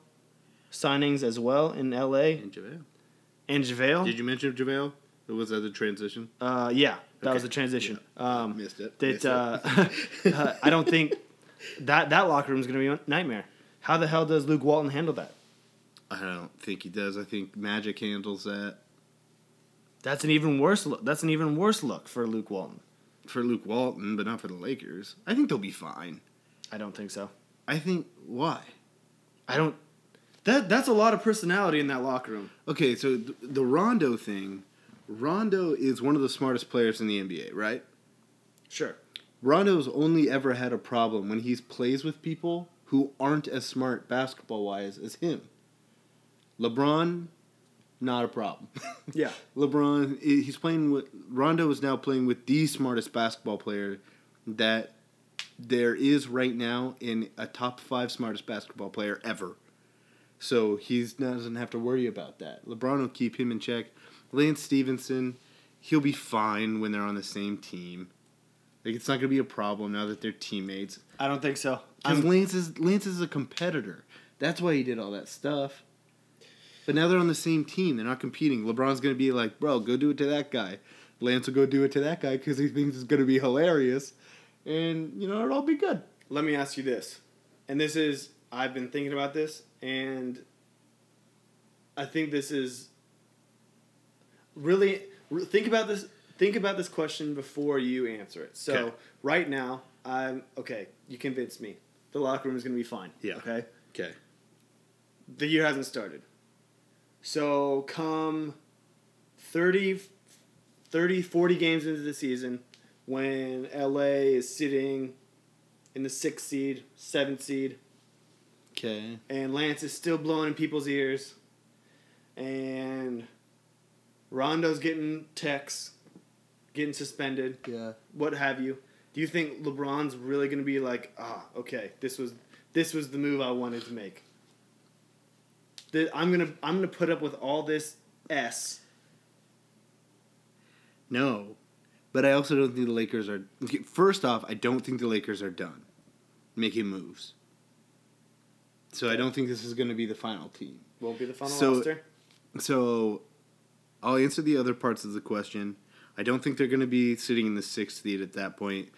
signings as well in L.A.
And JaVale.
And JaVale.
Did you mention JaVale? Was that the transition?
Uh, yeah, that was the transition.
Yeah.
Um,
Missed it.
That
Missed it.
uh, uh, I don't think that that locker room is going to be a nightmare. How the hell does Luke Walton handle that?
I don't think he does. I think Magic handles that.
That's an even worse. Look. That's an even worse look for Luke Walton.
For Luke Walton, but not for the Lakers. I think they'll be fine.
I don't think so.
I think why?
I don't. That that's a lot of personality in that locker room.
Okay, so th- the Rondo thing. Rondo is one of the smartest players in the NBA, right?
Sure.
Rondo's only ever had a problem when he plays with people who aren't as smart basketball wise as him. LeBron, not a problem.
Yeah.
LeBron, i- he's playing with Rondo is now playing with the smartest basketball player that there is right now in a top five smartest basketball player ever. So he doesn't have to worry about that. LeBron will keep him in check. Lance Stevenson, he'll be fine when they're on the same team. Like it's not gonna be a problem now that they're teammates.
I don't think so.
Because Lance is Lance is a competitor. That's why he did all that stuff. But now they're on the same team. They're not competing. LeBron's gonna be like, bro, go do it to that guy. Lance will go do it to that guy because he thinks it's gonna be hilarious, and you know it'll all be good.
Let me ask you this, and this is I've been thinking about this, and I think this is really re- think about this. Think about this question before you answer it. So
'Kay.
right now, I'm okay. You convinced me. The locker room is going to be fine.
Yeah.
Okay.
Okay.
The year hasn't started. So come 30, 30 40 games into the season, when LA is sitting in the sixth seed, seventh seed,
Okay.
and Lance is still blowing in people's ears, and Rondo's getting texts, getting suspended,
Yeah.
what have you. Do you think LeBron's really going to be like, ah, okay, this was this was the move I wanted to make? That I'm gonna I'm gonna put up with all this s.
No, but I also don't think the Lakers are. First off, I don't think the Lakers are done making moves. So I don't think this is going to be the final team.
Won't be the final
So-
roster.
So I'll answer the other parts of the question. I don't think they're going to be sitting in the sixth seed at that point.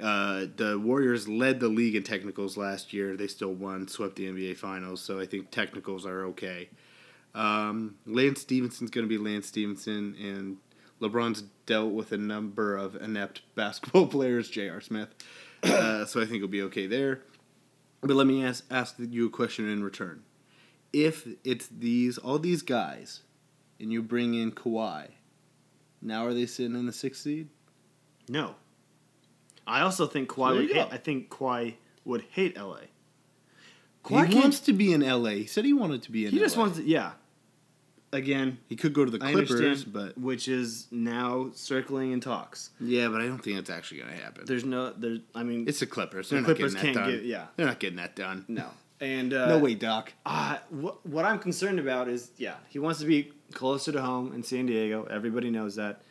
Uh, the Warriors led the league in technicals last year. They still won, swept the NBA Finals, so I think technicals are okay. Um, Lance Stevenson's going to be Lance Stevenson, and LeBron's dealt with a number of inept basketball players, J.R. Smith, uh, so I think it'll be okay there. But let me ask, ask you a question in return if it's these all these guys, and you bring in Kawhi, now are they sitting in the sixth seed?
No. I also think Kawhi
There
would
you go.
hate, I think Kawhi would hate LA.
he
can't-
wants to be in LA. He said he wanted to be in.
He just
LA.
wants to, yeah. Again,
He could go to the
I
Clippers,
understand,
but
which is now circling in talks.
yeah, but I don't think that's actually going to happen.
There's no there's I mean
it's the Clippers.
The
They're
Clippers
not getting that
can't
done.
get- yeah.
they're not getting that done.
no. And uh
no way, Doc.
Uh, what what I'm concerned about is yeah, he wants to be closer to home in San Diego. Everybody knows that.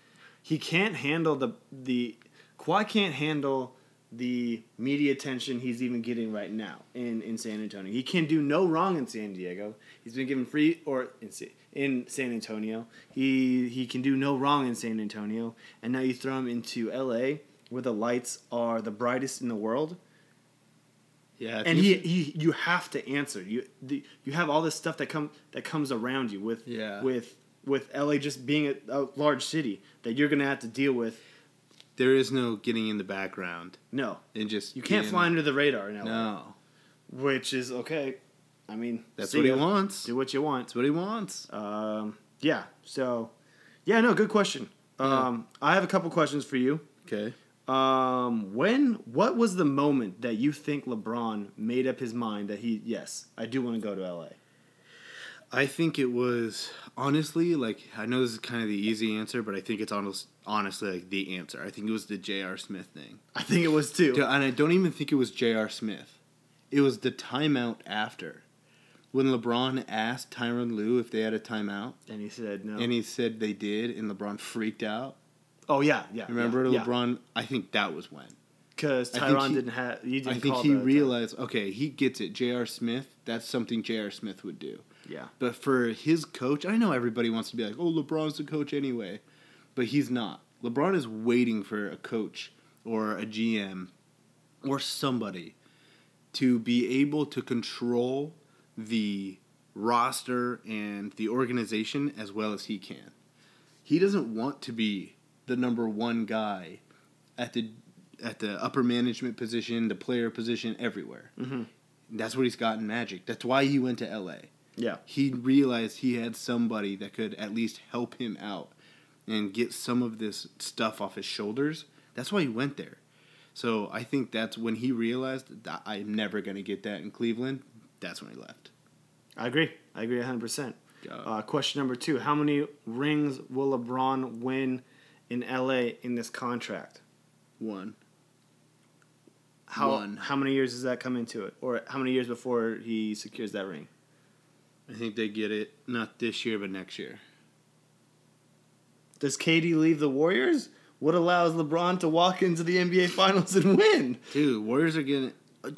He can't handle the the Kawhi can't handle the media attention he's even getting right now in, in San Antonio. He can do no wrong in San Diego. He's been given free or in, Sa- in San Antonio. He he can do no wrong in San Antonio. And now you throw him into LA where the lights are the brightest in the world
Yeah,
and he, he you have to answer you the, you have all this stuff that come that comes around you with
Yeah.
with with LA just being a, a large city that you're gonna have to deal with
there is no getting in the background
no
and just
you can't
being-
fly under the radar in LA
No,
which is okay I mean
that's
see
what he
ya.
wants.
do what you want
That's what he wants.
um, yeah so yeah no good question um, I have a couple questions for you
Okay.
um, when what was the moment that you think LeBron made up his mind that he yes I do want to go to LA
I think it was honestly like I know this is kind of the easy answer, but I think it's honest, honestly like the answer. I think it was the J.R. Smith thing,
I think it was too
Dude, and I don't even think it was J.R. Smith. It was the timeout after when LeBron asked Tyron Lue if they had a timeout,
and he said no
and he said they did, and LeBron freaked out.
Oh yeah, yeah.
Remember
yeah, yeah.
LeBron? I think that was when
Because
I think
Tyron
he-
didn't have. You didn't
I think
call
he
the-
realized, okay, he gets it. J.R. Smith, that's something J.R. Smith would do.
Yeah.
But for his coach, I know everybody wants to be like, oh, LeBron's the coach anyway, but he's not. LeBron is waiting for a coach or a GM or somebody to be able to control the roster and the organization as well as he can. He doesn't want to be the number one guy at the at the upper management position, the player position, everywhere.
Mhm.
That's what he's got in Magic. That's why he went to LA
Yeah.
he realized he had somebody that could at least help him out and get some of this stuff off his shoulders. That's why he went there. So I think that's when he realized that I'm never going to get that in Cleveland. That's when he left.
I agree. I agree 100%. Uh, question number two How many rings will LeBron win in LA in this contract?
One.
How,
One.
how many years does that come into it? Or how many years before he secures that ring?
I think they get it not this year, but next year.
Does KD leave the Warriors? What allows LeBron to walk into the NBA Finals and win?
Dude, Warriors are getting. uh,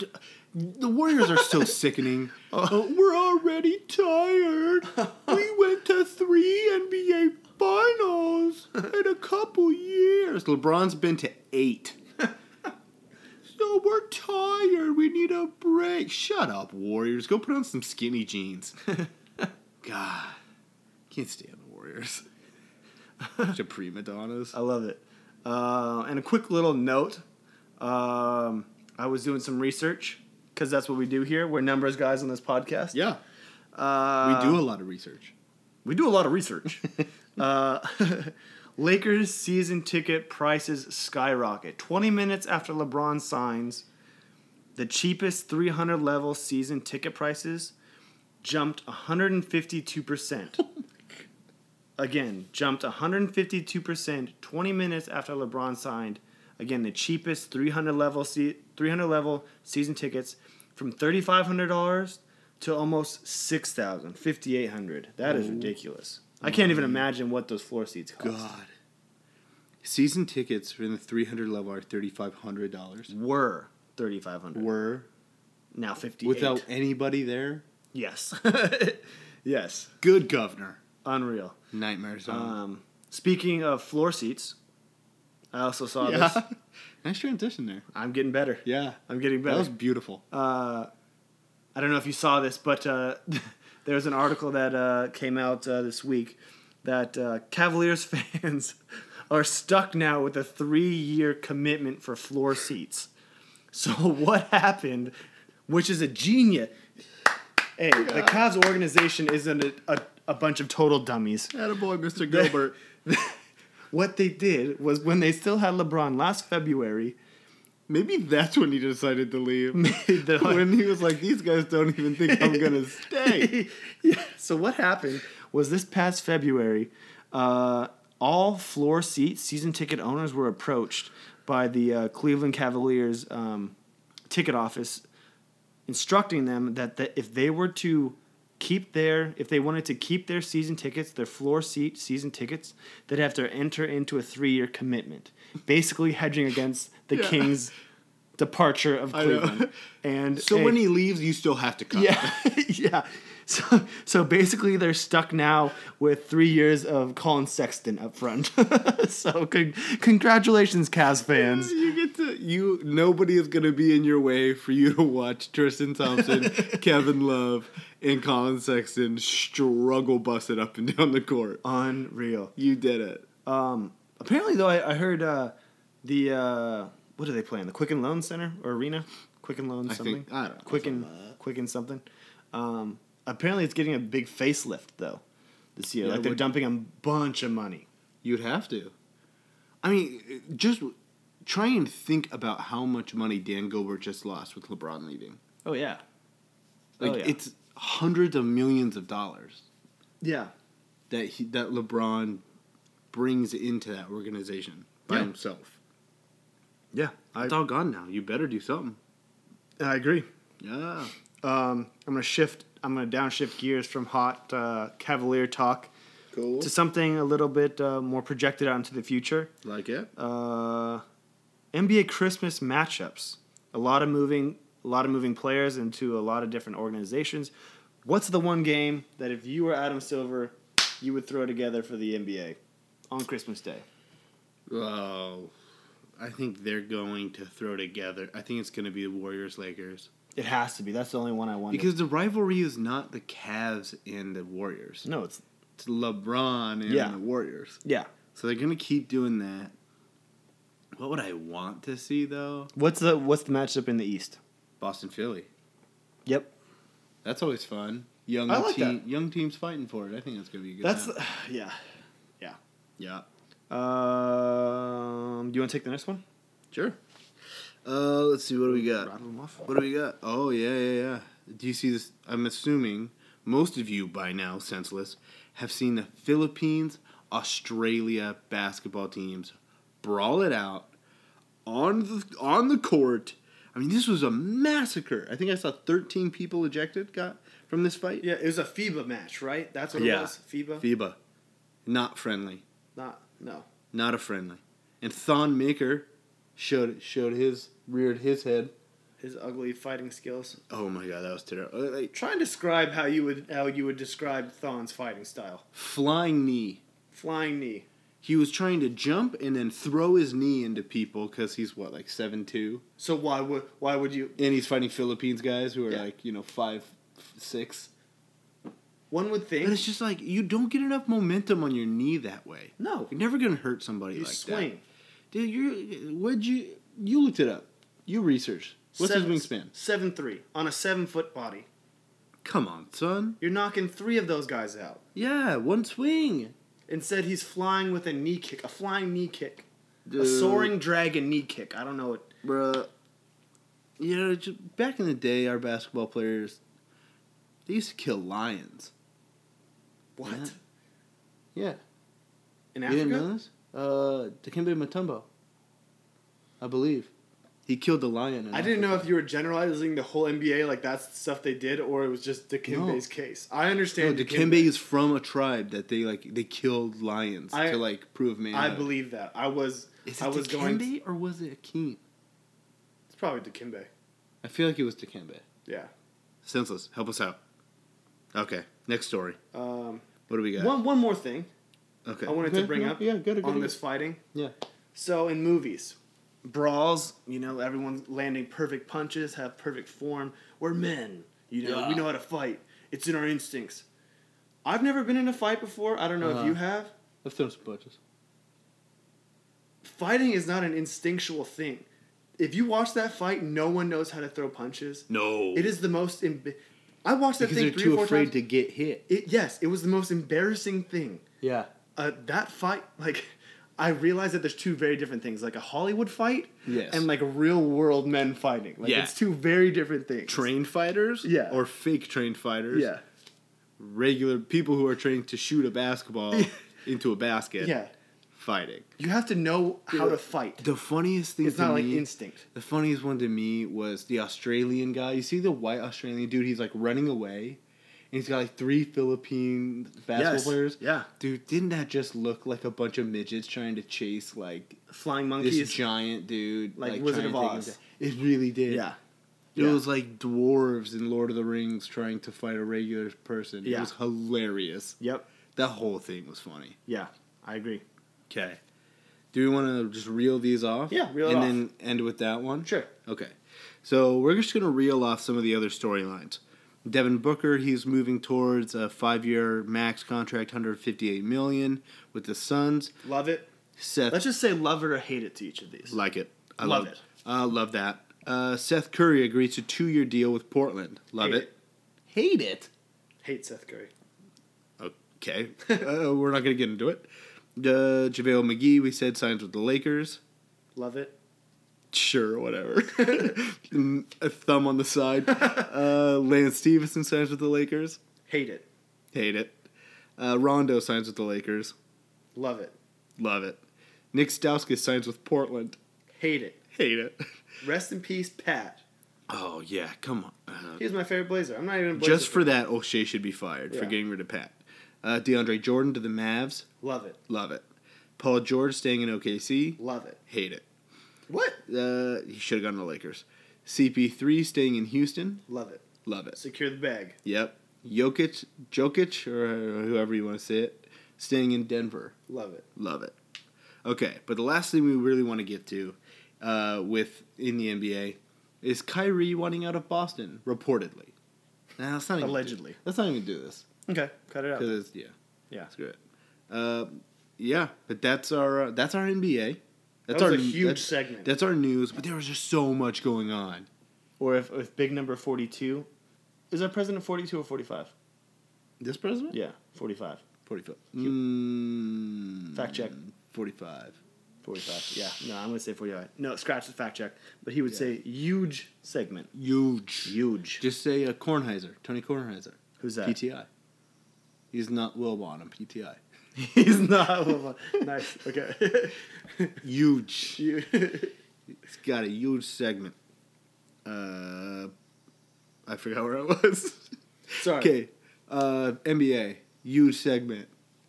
The Warriors are so sickening. Uh, we're already tired. we went to three NBA finals in a couple years. LeBron's been to eight. so we're tired. We need a break. Shut up, Warriors. Go put on some skinny jeans. God, can't stand the Warriors. Bunch of prima donnas.
I love it. Uh, and a quick little note um, I was doing some research because that's what we do here. We're numbers guys on this podcast.
Yeah.
Uh,
we do a lot of research.
We do a lot of research. uh, Lakers season ticket prices skyrocket. 20 minutes after LeBron signs, the cheapest 300 level season ticket prices jumped 152%. Again, jumped 152% 20 minutes after LeBron signed. Again, the cheapest 300 level se- 300 level season tickets from $3500 to almost 6000 5800 That is
Oh.
ridiculous. I can't even imagine what those floor seats cost.
God. Season tickets for the 300 level are $3,500.
Were 3500
Were.
Now 58
Without anybody there?
Yes. yes.
Good governor. Uh,
Unreal.
Nightmares on.
Um, speaking of floor seats, I also saw
Yeah.
this.
Nice transition there.
I'm getting better.
Yeah.
I'm getting
That
better.
was beautiful.
uh, I don't know if you saw this, but uh, there was an article that uh, came out uh, this week that uh, Cavaliers fans are stuck now with a three-year commitment for floor seats. So what happened? Which is a genius. Hey, the Cavs organization isn't a, a, a bunch of total dummies.
Attaboy, Mr.
They-
Gilbert.
What they did was when they still had LeBron last February,
Maybe that's when he decided to leave.
they're like-
when he was like, these guys don't even think I'm going to stay.
yeah. So what happened was this past February, uh, all floor seat season ticket owners were approached by the uh, Cleveland Cavaliers um, ticket office, instructing them that, that if they were to keep their if they wanted to keep their season tickets, their floor seat season tickets, they'd have to enter into a three year commitment, basically hedging against the
Yeah.
Kings. Departure of
I know.
Cleveland, and
So
hey,
when he leaves, you still have to come.
yeah, yeah. So, so basically, they're stuck now with three years of Colin Sexton up front. so, con- congratulations, Cavs fans.
You get to you. Nobody is going to be in your way for you to watch Tristan Thompson, Kevin Love, and Colin Sexton struggle busted up and down the court.
Unreal.
You did it.
Um, apparently, though, I, I heard uh, the uh, what are they playing? The Quicken Loan Center or Arena? Quicken Loan
I
something.
think I don't. know.
Quicken, Quicken something. Um, apparently, it's getting a big facelift though this year.
Yeah,
like they're
what-
dumping a bunch of money.
You'd have to. I mean, just try and think about how much money Dan Gilbert just lost with LeBron leaving.
Oh yeah.
Like
oh, yeah.
it's hundreds of millions of dollars
yeah.
that he, that LeBron brings into that organization by
Yeah.
himself.
Yeah, I,
It's all gone now. You better do something.
I agree.
Yeah.
um, I'm gonna shift. I'm gonna downshift gears from hot uh, Cavalier talk
Cool.
to something a little bit uh, more projected onto the future.
like it.
Uh, NBA Christmas matchups. A lot of moving, a lot of moving players into a lot of different organizations. What's the one game that if you were Adam Silver, you would throw together for the NBA on Christmas Day?
Oh, I think they're going to throw together. I think it's going to be the Warriors Lakers.
It has to be. That's the only one I want.
Because the rivalry is not the Cavs and the Warriors.
No, it's
it's LeBron and
Yeah.
the Warriors.
Yeah.
So they're gonna keep doing that. What would I want to see though?
What's the what's the matchup in the East?
Boston Philly.
Yep.
That's always fun. Young
I like
team,
that.
young teams fighting for it. I think that's gonna be a good.
That's
time.
yeah, yeah.
yeah.
Um, do you want to take the next one?
Sure. Uh, let's see. What do we got? What do we got? Oh yeah, yeah, yeah. Do you see this? I'm assuming most of you by now, senseless, have seen the Philippines, Australia basketball teams brawl it out on the on the court. I mean, this was a massacre. I think I saw 13 people ejected got from this fight.
Yeah, it was a FIBA match, right? That's what it
Yeah.
was. FIBA.
FIBA, not friendly.
Not no.
not a friendly. And Thon Maker showed showed his reared his head.
His ugly fighting skills.
Oh my god, that was terrible! Uh, Like
Try and describe how you would how you would describe Thon's fighting style.
flying knee.
Flying knee.
He was trying to jump and then throw his knee into people because he's what like seven two,
So why would why would you?
and he's fighting Philippines guys who are
Yeah.
like you know five f- six.
One would think
And it's just like you don't get enough momentum on your knee that way.
no.
You're never gonna hurt somebody
You
like
swing.
that. Dude, you would you you looked it up. You researched. What's
Seven-
his wingspan?
Seven three on a seven foot body.
Come on, son.
You're knocking three of those guys out.
Yeah, one swing.
Instead, he's flying with a knee kick, a flying knee kick, a
Dude.
soaring dragon knee kick. I don't know what.
Bruh. You know, ju- back in the day, our basketball players, they used to kill lions.
What
Yeah. Yeah.
in
You
Africa?
didn't know this? Uh, Dikembe Mutombo. I believe. He killed the lion. in
I didn't
Africa.
know if you were generalizing the whole NBA like that's the stuff they did, or it was just Dikembe's case. I understand.
No, Dikembe is from a tribe that they like. They killed lions
I-
to like prove man.
I believe that. I was.
Is it
I was
Dikembe
going. To,
or was it Akeem?
it's probably Dikembe.
I feel like it was Dikembe.
Yeah.
Senseless. Help us out. Okay. Next story.
Um,
What do we got?
One one more thing
okay.
I wanted to
Okay,
bring
yeah,
up
Yeah. Go to go
on
to-
this fighting.
Yeah.
So in movies, brawls, you know, everyone's landing perfect punches, have perfect form. We're men, you know, we know how to fight. It's in our instincts. I've never been in a fight before. I don't know
Uh-huh.
if you have.
I've thrown some punches.
Fighting is not an instinctual thing. If you watch that fight, no one knows how to throw punches.
No.
It is the most. Im- I watched that
because
thing
they're
three
too
or four
afraid
times.
to get hit.
It, yes, it was the most embarrassing thing.
Yeah.
uh, that fight, like, I realize that there's two very different things, like a Hollywood fight,
Yes.
and like real world men fighting. Like,
Yeah.
it's two very different things.
Trained fighters,
Yeah.
or fake trained fighters,
yeah,
Regular people who are trained to shoot a basketball into a basket,
yeah.
Fighting.
You have to know how to fight.
The funniest thing
It's
to
not like
me-
instinct.
The funniest one to me was the Australian guy. You see the white Australian dude? He's like running away, and he's got like three Philippine basketball
Yes.
players.
Yeah.
Dude, didn't that just look like a bunch of midgets trying to chase like
Flying
this
monkeys.
giant dude,
Like Wizard
trying to
of
take him
Oz.
down. It really did.
yeah,
It
Yeah.
was like dwarves in Lord of the Rings trying to fight a regular person. It
Yeah.
was hilarious.
yep,
That whole thing was funny.
yeah. I agree.
Okay. Do we want to just reel these off?
Yeah, reel it
And
off.
then end with that one?
Sure.
Okay. So we're just going to reel off some of the other storylines. Devin Booker, he's moving towards a five-year max contract, 158 million with the Suns.
Love it.
Seth
Let's just say love it or hate it to each of these.
like it. I
Love
love,
it.
it. I love that. Uh, Seth Curry agrees to two-year deal with Portland. Love
Hate
it. Hate it.
Hate Seth Curry.
Okay, uh, we're not going to get into it. Uh, JaVale McGee, we said signs with the Lakers.
Love it.
Sure, whatever. Mm, A thumb on the side. Uh, Lance Stevenson signs with the Lakers.
Hate it.
Hate it. Uh, Rondo signs with the Lakers.
Love it.
Love it. Nick Stauskas signs with Portland.
Hate it.
Hate it.
Rest in peace, Pat.
Oh yeah, come on. Uh,
He was my favorite Blazer. I'm not even a Blazer
just for
fan.
that, O'Shea should be fired for
Yeah.
getting rid of Pat. Uh, DeAndre Jordan to the Mavs.
Love it.
Love it. Paul George staying in OKC.
Love it.
Hate it. What? Uh, he should have gone to the Lakers. CP3 staying in Houston.
Love it.
Love it.
Secure the bag.
Yep. Jokic, Jokic, or whoever you want to say it, staying in Denver.
Love it.
Love it. Okay, but the last thing we really want to get to uh, with in the NBA is Kyrie wanting out of Boston reportedly. Nah, that's not even
Allegedly.
Do, let's not even do this.
Okay, cut it out.
Cause it's, yeah,
Yeah.
screw it. Uh, yeah, but that's our uh, that's our NBA. That's
was
our
a huge
that's-
segment.
That's our news, but there was just so much going on.
Or if, if big number 42. Is our president 42 or 45?
This president?
Yeah, 45.
45. Mm,
Fact check.
45.
45. Yeah. No, I'm going to say 45. No, scratch the fact check. But he would say huge segment.
Huge.
Huge.
Just say uh, Kornheiser, Tony Kornheiser.
Who's that?
PTI. He's not Will Bonham, PTI.
He's not. nice. Okay.
Huge.
You-
It's got a huge segment. Uh, I forgot where I was.
Sorry.
Okay. Uh, NBA, huge segment.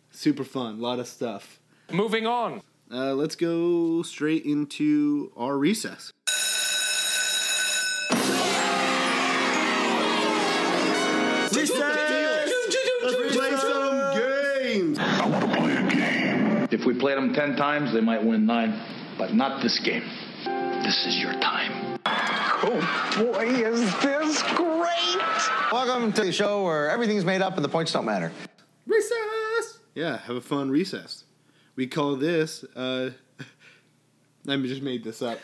Super fun, a lot of stuff.
Moving on.
Uh, let's go straight into our recess.
Recess!
Let's play some games.
If we played them 10 times, they might win nine, but not this game. This is your time.
Oh boy, is this great! Welcome to the show where everything's made up and the points don't matter.
Recess. Yeah, have a fun recess. We call this. Uh, I just made this up.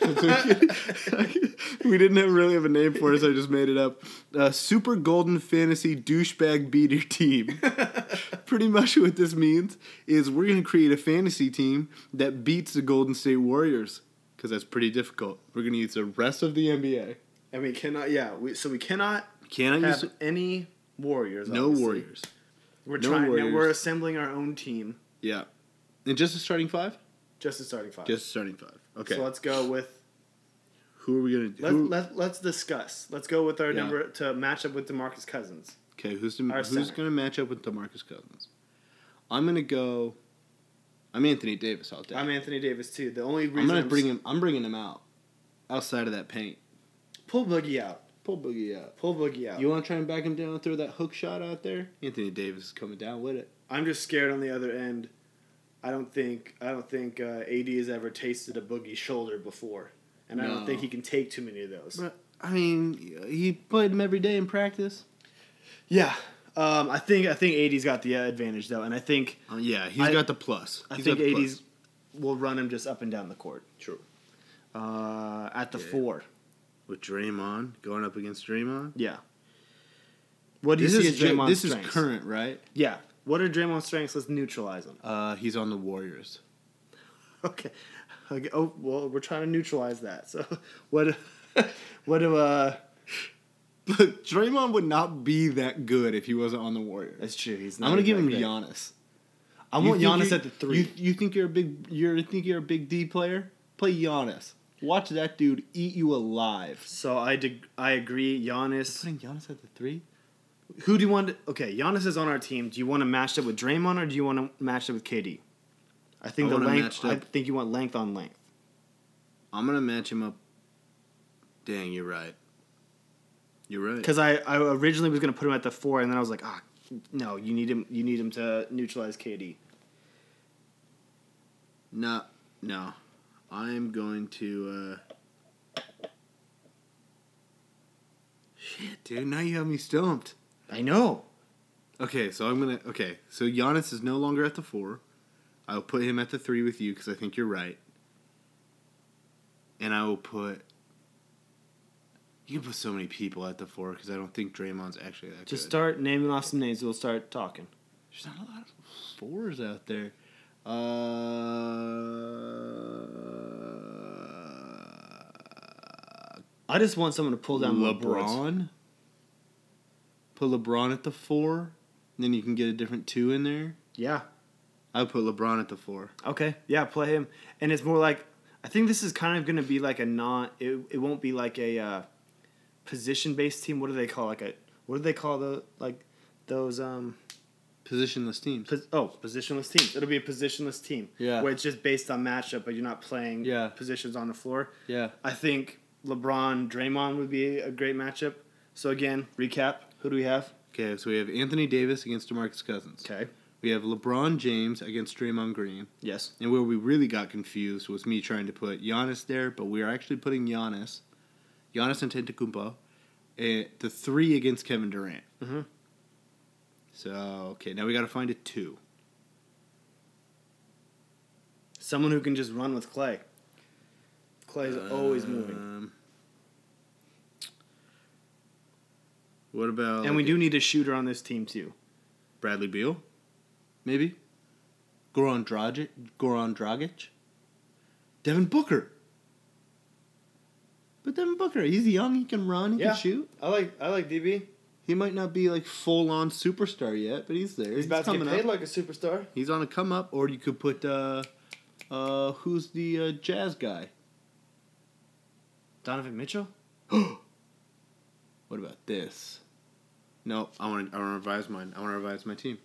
we didn't have really have a name for it, so I just made it up. Uh, Super Golden Fantasy Douchebag Beater Team. Pretty much what this means is we're going to create a fantasy team that beats the Golden State Warriors because that's pretty difficult. We're going to use the rest of the NBA.
And we cannot, yeah. We, so we cannot
Can I
have
use
any warriors.
no
obviously.
Warriors?
We're
No
trying.
warriors.
Now we're assembling our own team.
Yeah, and just a starting five.
Just a starting five.
Just a starting five. Okay.
So let's go with
who are we going to
let,
do?
let, let's discuss. Let's go with our
Yeah.
number to match up with DeMarcus Cousins.
Okay, who's to,
Our
who's
center.
going to match up with DeMarcus Cousins? I'm going to go. I'm Anthony Davis all day.
I'm Anthony Davis too. The only reason
I'm going to
I'm
bring
s-
him. I'm bringing him out, outside of that paint.
pull Boogie out.
Pull Boogie out.
Pull Boogie out.
You want to try and back him down, throw that hook shot out there? Anthony Davis is coming down with it.
I'm just scared on the other end. I don't think I don't think uh, AD has ever tasted a Boogie shoulder before, and I
No.
don't think he can take too many of those.
But I mean, he played him every day in practice.
Yeah, um, I think I think AD's got the uh, advantage though, and I think
Uh, yeah, he's
I-
got the plus.
I
He's
think
got the plus.
AD's will run him just up and down the court.
True.
Uh, at the
Yeah.
four,
with Draymond going up against Draymond.
yeah. What do
This
you see
is
as
Dra-
Draymond's
this
strengths?
is current, right?
Yeah. What are Draymond's strengths? Let's neutralize them.
Uh, he's on the Warriors.
Okay. okay. Oh well, we're trying to neutralize that. So what? What do uh?
Look, Draymond would not be that good if he wasn't on the Warriors.
That's true. He's.
I'm gonna give him
exactly-
Giannis.
I
You
want
think
Giannis
you-
at the three.
You, you think you're a big you think you're a big D player? Play Giannis. Watch that dude eat you alive.
so I dig- I agree. Giannis.
Putting Giannis at the three?
Who do you want? To, okay, Giannis is on our team. Do you want to match up with Draymond or do you want to match up with KD? I think
I
the
wanna
length.
match
I
up-
think you want length on length.
I'm gonna match him up. Dang, you're right. You're right.
Because I, I originally was going to put him at the four, and then I was like, ah, no, you need him. You need him to neutralize KD.
no, no, I'm going to. uh Shit, dude! Now you have me stumped.
I know.
Okay, so I'm gonna. Okay, so Giannis is no longer at the four. I'll put him at the three with you because I think you're right. And I will put. You can put so many people at the four because I don't think Draymond's actually that
Just
good.
start naming off some names. We'll start talking.
There's not a lot of fours out there. Uh,
I just want someone to pull down more boards.
LeBron. Put LeBron at the four. Then you can get a different two in there.
Yeah.
I would put LeBron at the four.
Okay. Yeah. Play him, and it's more like I think this is kind of going to be like a non. It, it won't be like a uh, position based team. What do they call like a? What do they call the like those um
Positionless teams.
Pos- oh, positionless teams. It'll be a positionless team.
Yeah.
Where it's just based on matchup, but you're not playing
Yeah.
positions on the floor.
Yeah.
I think LeBron Draymond would be a great matchup. So again, recap. Who do we have?
Okay, so we have Anthony Davis against DeMarcus Cousins.
Okay.
We have LeBron James against Draymond Green.
Yes.
And where we really got confused was me trying to put Giannis there, but we are actually putting Giannis, Giannis Antetokounmpo, eh, the three against Kevin Durant.
Mm-hmm.
So okay, now we got to find a two.
Someone who can just run with Clay. Clay's always moving.
Um, what about
And we do need a shooter on this team too.
Bradley Beal, maybe Goran Dragic, Goran Dragic, Devin Booker. But Devin Booker, he's young, he can run, he
Yeah.
can shoot.
I like I like DB.
He might not be like full on superstar yet, but he's there.
He's about to get
coming
paid
up.
like a superstar.
He's on a come up, or you could put uh, uh, who's the uh, jazz guy?
Donovan Mitchell.
What about this? No, I want to. I want to revise mine. I want to revise my team.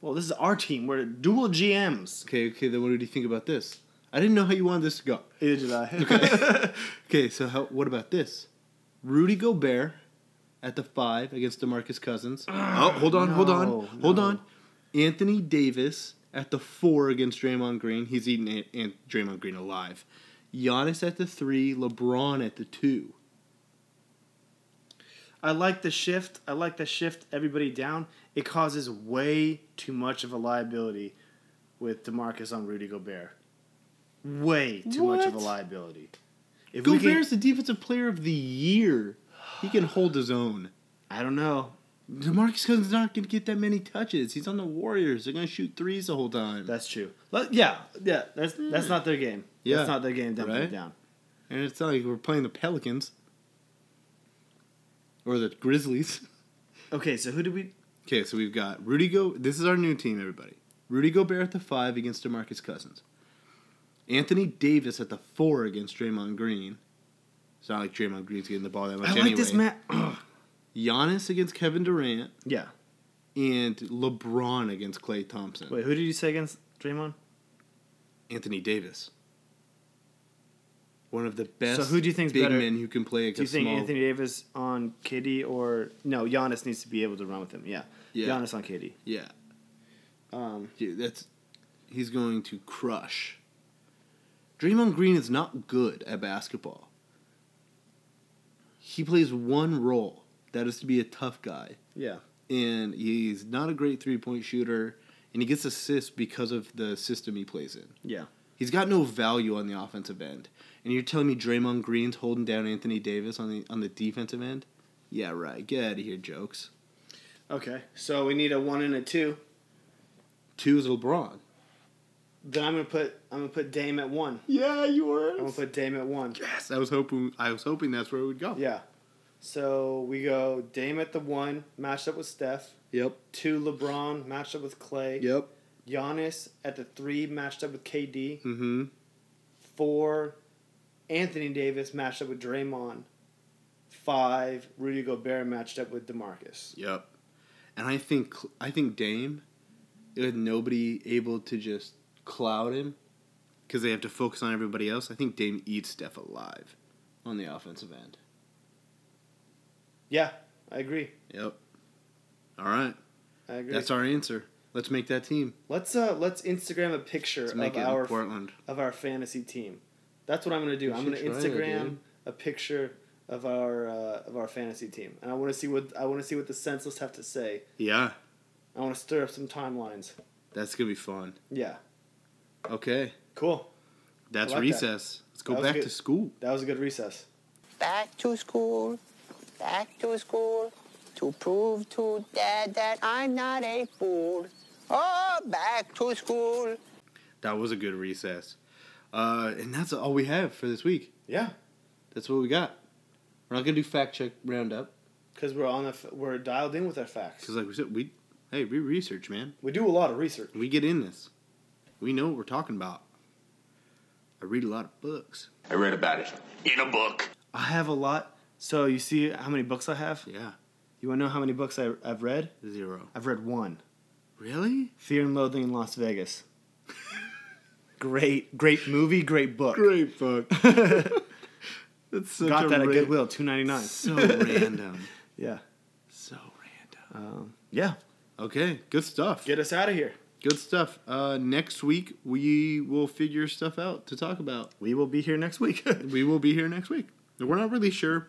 Well, this is our team. We're dual GMs.
Okay, okay. Then what do you think about this? I didn't know how you wanted this to go.
Either did I.
Okay. okay. So how, what about this? Rudy Gobert at the five against DeMarcus Cousins. oh, hold on, hold on,
no,
hold
no.
on. Anthony Davis at the four against Draymond Green. He's eating An- An- Draymond Green alive. Giannis at the three. LeBron at the two.
I like the shift. I like the shift everybody down. It causes way too much of a liability with DeMarcus on Rudy Gobert. Way too much of a
What?
liability. If we can,
Gobert's the defensive player of the year. He can hold his own.
I don't know.
DeMarcus Cousins not going to get that many touches. He's on the Warriors. They're going to shoot threes the whole time.
That's true. Let- yeah, yeah. That's that's not their game.
Yeah,
that's not their game. Dumping
right?
it down.
And it's not like we're playing the Pelicans or the Grizzlies.
Okay, so who do we?
Okay, so we've got Rudy Go. This is our new team, everybody. Rudy Gobert at the five against DeMarcus Cousins. Anthony Davis at the four against Draymond Green. It's not like Draymond Green's getting the ball that much
I like
anyway.
this map.
Giannis against Kevin Durant
yeah.
and LeBron against Clay Thompson.
Wait, who did you say against Draymond?
Anthony Davis. One of the best
who do you think's
big
better?
men who can play
Do you
against
think
small.
Anthony Davis on KD or no? Giannis needs to be able to run with him. Yeah,
Yeah.
Giannis on KD.
yeah.
Um,
Dude, that's he's going to crush. Draymond Green is not good at basketball. He plays one role, that is to be a tough guy,
yeah.
and he's not a great three-point shooter, and he gets assists because of the system he plays in.
Yeah.
He's got no value on the offensive end. And you're telling me Draymond Green's holding down Anthony Davis on the on the defensive end? Yeah, right. Get out of here, jokes.
Okay. So we need a one and a two.
Two is LeBron.
Then I'm gonna put I'm gonna put Dame at one.
Yeah, you were.
I'm gonna put Dame at one.
Yes, I was hoping. I was hoping that's where it would go.
Yeah. So we go Dame at the one, matched up with Steph.
Yep.
Two LeBron, matched up with Clay.
Yep.
Giannis at the three, matched up with KD.
Mm-hmm.
Four, Anthony Davis matched up with Draymond. Five, Rudy Gobert matched up with DeMarcus.
Yep. And I think I think Dame, with nobody able to just cloud him, because they have to focus on everybody else. I think Dame eats Steph alive, on the offensive end.
Yeah, I agree.
Yep. All right,
I agree.
that's our answer. Let's make that team.
Let's uh let's Instagram a picture
Let's make
of
it
our
in Portland.
of our fantasy team. That's what I'm gonna do.
You
I'm gonna
should try it,
Instagram
dude.
a picture of our uh, of our fantasy team, and I want to see what I want to see what the senseless have to say.
Yeah,
I want to stir up some timelines.
that's gonna be fun.
Yeah,
Okay,
cool.
that's
I like that.
recess. Let's go
That was
back
good.
to school.
That was a good recess.
back to school, back to school, to prove to Dad that I'm not a fool. Oh, back to school.
That was a good recess. Uh, and that's all we have for this week.
Yeah,
That's what we got. We're not gonna do fact check roundup
because we're on the f- we're dialed in with our facts.
because, like we said, we hey we research, man.
We do a lot of research.
We get in this. We know what we're talking about. I read a lot of books.
I read about it in a book.
I have a lot. So you see how many books I have?
Yeah,
You want to know how many books I, I've read?
Zero.
I've read one.
Really?
Fear and Loathing in Las Vegas. great, great movie, great book.
Great book.
That's such Got that ra- at Goodwill, two ninety nine.
So random.
Yeah.
So random.
Um, yeah.
Okay. Good stuff.
Get us out of here.
Good stuff. Uh, next week we will figure stuff out to talk about.
We will be here next week.
we will be here next week. We're not really sure.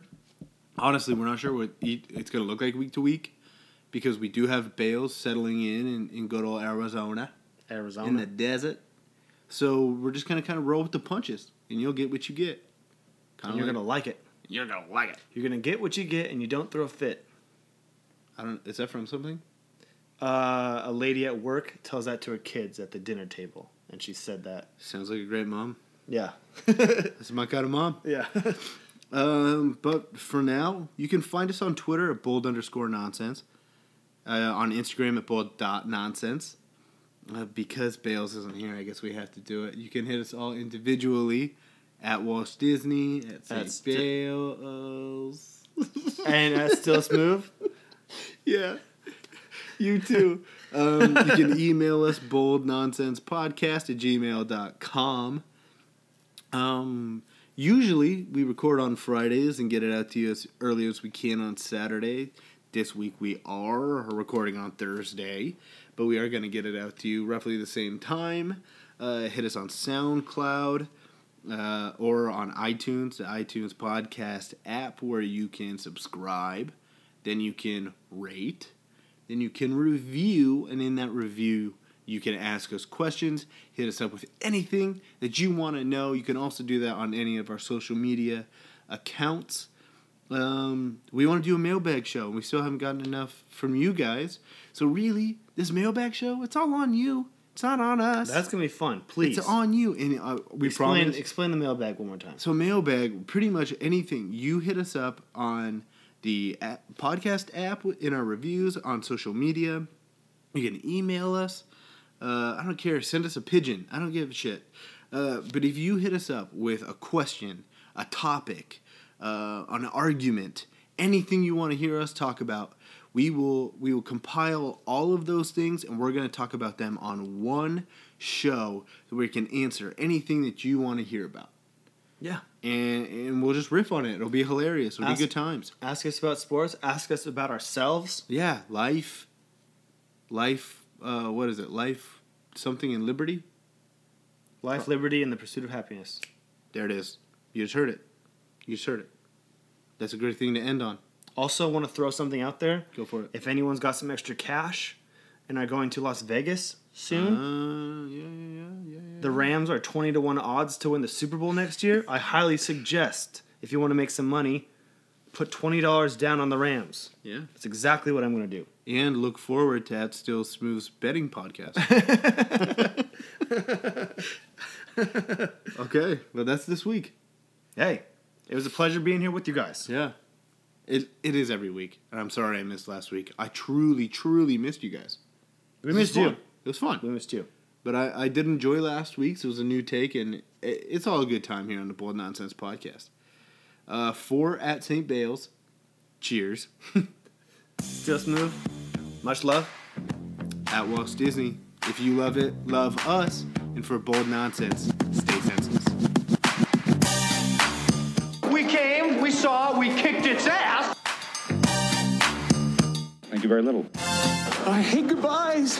Honestly, we're not sure what it's going to look like week to week because we do have bales settling in in, in good old Arizona,
Arizona
in the desert. So we're just going to kind of roll with the punches, and you'll get what you get.
Kinda you're like, gonna like it.
You're gonna like it.
You're gonna get what you get, and you don't throw a fit.
I don't. Is that from something?
Uh, a lady at work tells that to her kids at the dinner table, and she said that.
Sounds like a great mom.
Yeah,
that's my kind of mom.
Yeah.
um, but for now, you can find us on Twitter at bold underscore nonsense, uh, on Instagram at bold dot nonsense. Uh, because Bales isn't here, I guess we have to do it. You can hit us all individually at Walt Disney, at St. St- Bales.
and at Still Smooth.
yeah. You too. Um, you can email us boldnonsensepodcast at gmail.com. Um, usually we record on Fridays and get it out to you as early as we can on Saturday. This week we are recording on Thursday, but we are going to get it out to you roughly the same time. Uh, hit us on SoundCloud. Uh, or on iTunes, the iTunes podcast app, where you can subscribe, then you can rate, then you can review, and in that review, you can ask us questions, hit us up with anything that you want to know. You can also do that on any of our social media accounts. Um, we want to do a mailbag show, and we still haven't gotten enough from you guys. So, really, this mailbag show, it's all on you. It's not on us.
That's gonna be fun. Please,
it's on you. And uh, we
explain,
promise.
Explain the mailbag one more time.
So mailbag, pretty much anything you hit us up on the app, podcast app in our reviews on social media. You can email us. Uh, I don't care. Send us a pigeon. I don't give a shit. Uh, but if you hit us up with a question, a topic, uh, an argument, anything you want to hear us talk about, we will we will compile all of those things and we're going to talk about them on one show where we can answer anything that you want to hear about
yeah
and and we'll just riff on it it'll be hilarious it'll ask, be good times
ask us about sports ask us about ourselves
yeah life life uh, what is it life something in liberty
life liberty and the pursuit of happiness
there it is you just heard it you just heard it that's a great thing to end on
also, want to throw something out there.
Go for it.
If anyone's got some extra cash and are going to Las Vegas soon,
uh, yeah, yeah, yeah,
the Rams are 20 to 1 odds to win the Super Bowl next year. I highly suggest, if you want to make some money, put $20 down on the Rams.
Yeah.
That's exactly what I'm going to do.
And look forward to at Still Smooth's betting podcast. okay. Well, that's this week.
Hey, it was a pleasure being here with you guys.
Yeah. It, it is every week, and I'm sorry I missed last week. I truly, truly missed you guys.
We missed you. Fun.
It was fun.
We missed you.
But I, I did enjoy last week's. It was a new take, and it, it's all a good time here on the Bold Nonsense podcast. Uh, for at St. Bales, cheers.
Still smooth. Much love.
At Walt Disney, if you love it, love us. And for Bold Nonsense, stay senseless.
We came, we saw, we kicked its ass.
Thank you very little.
I hate goodbyes.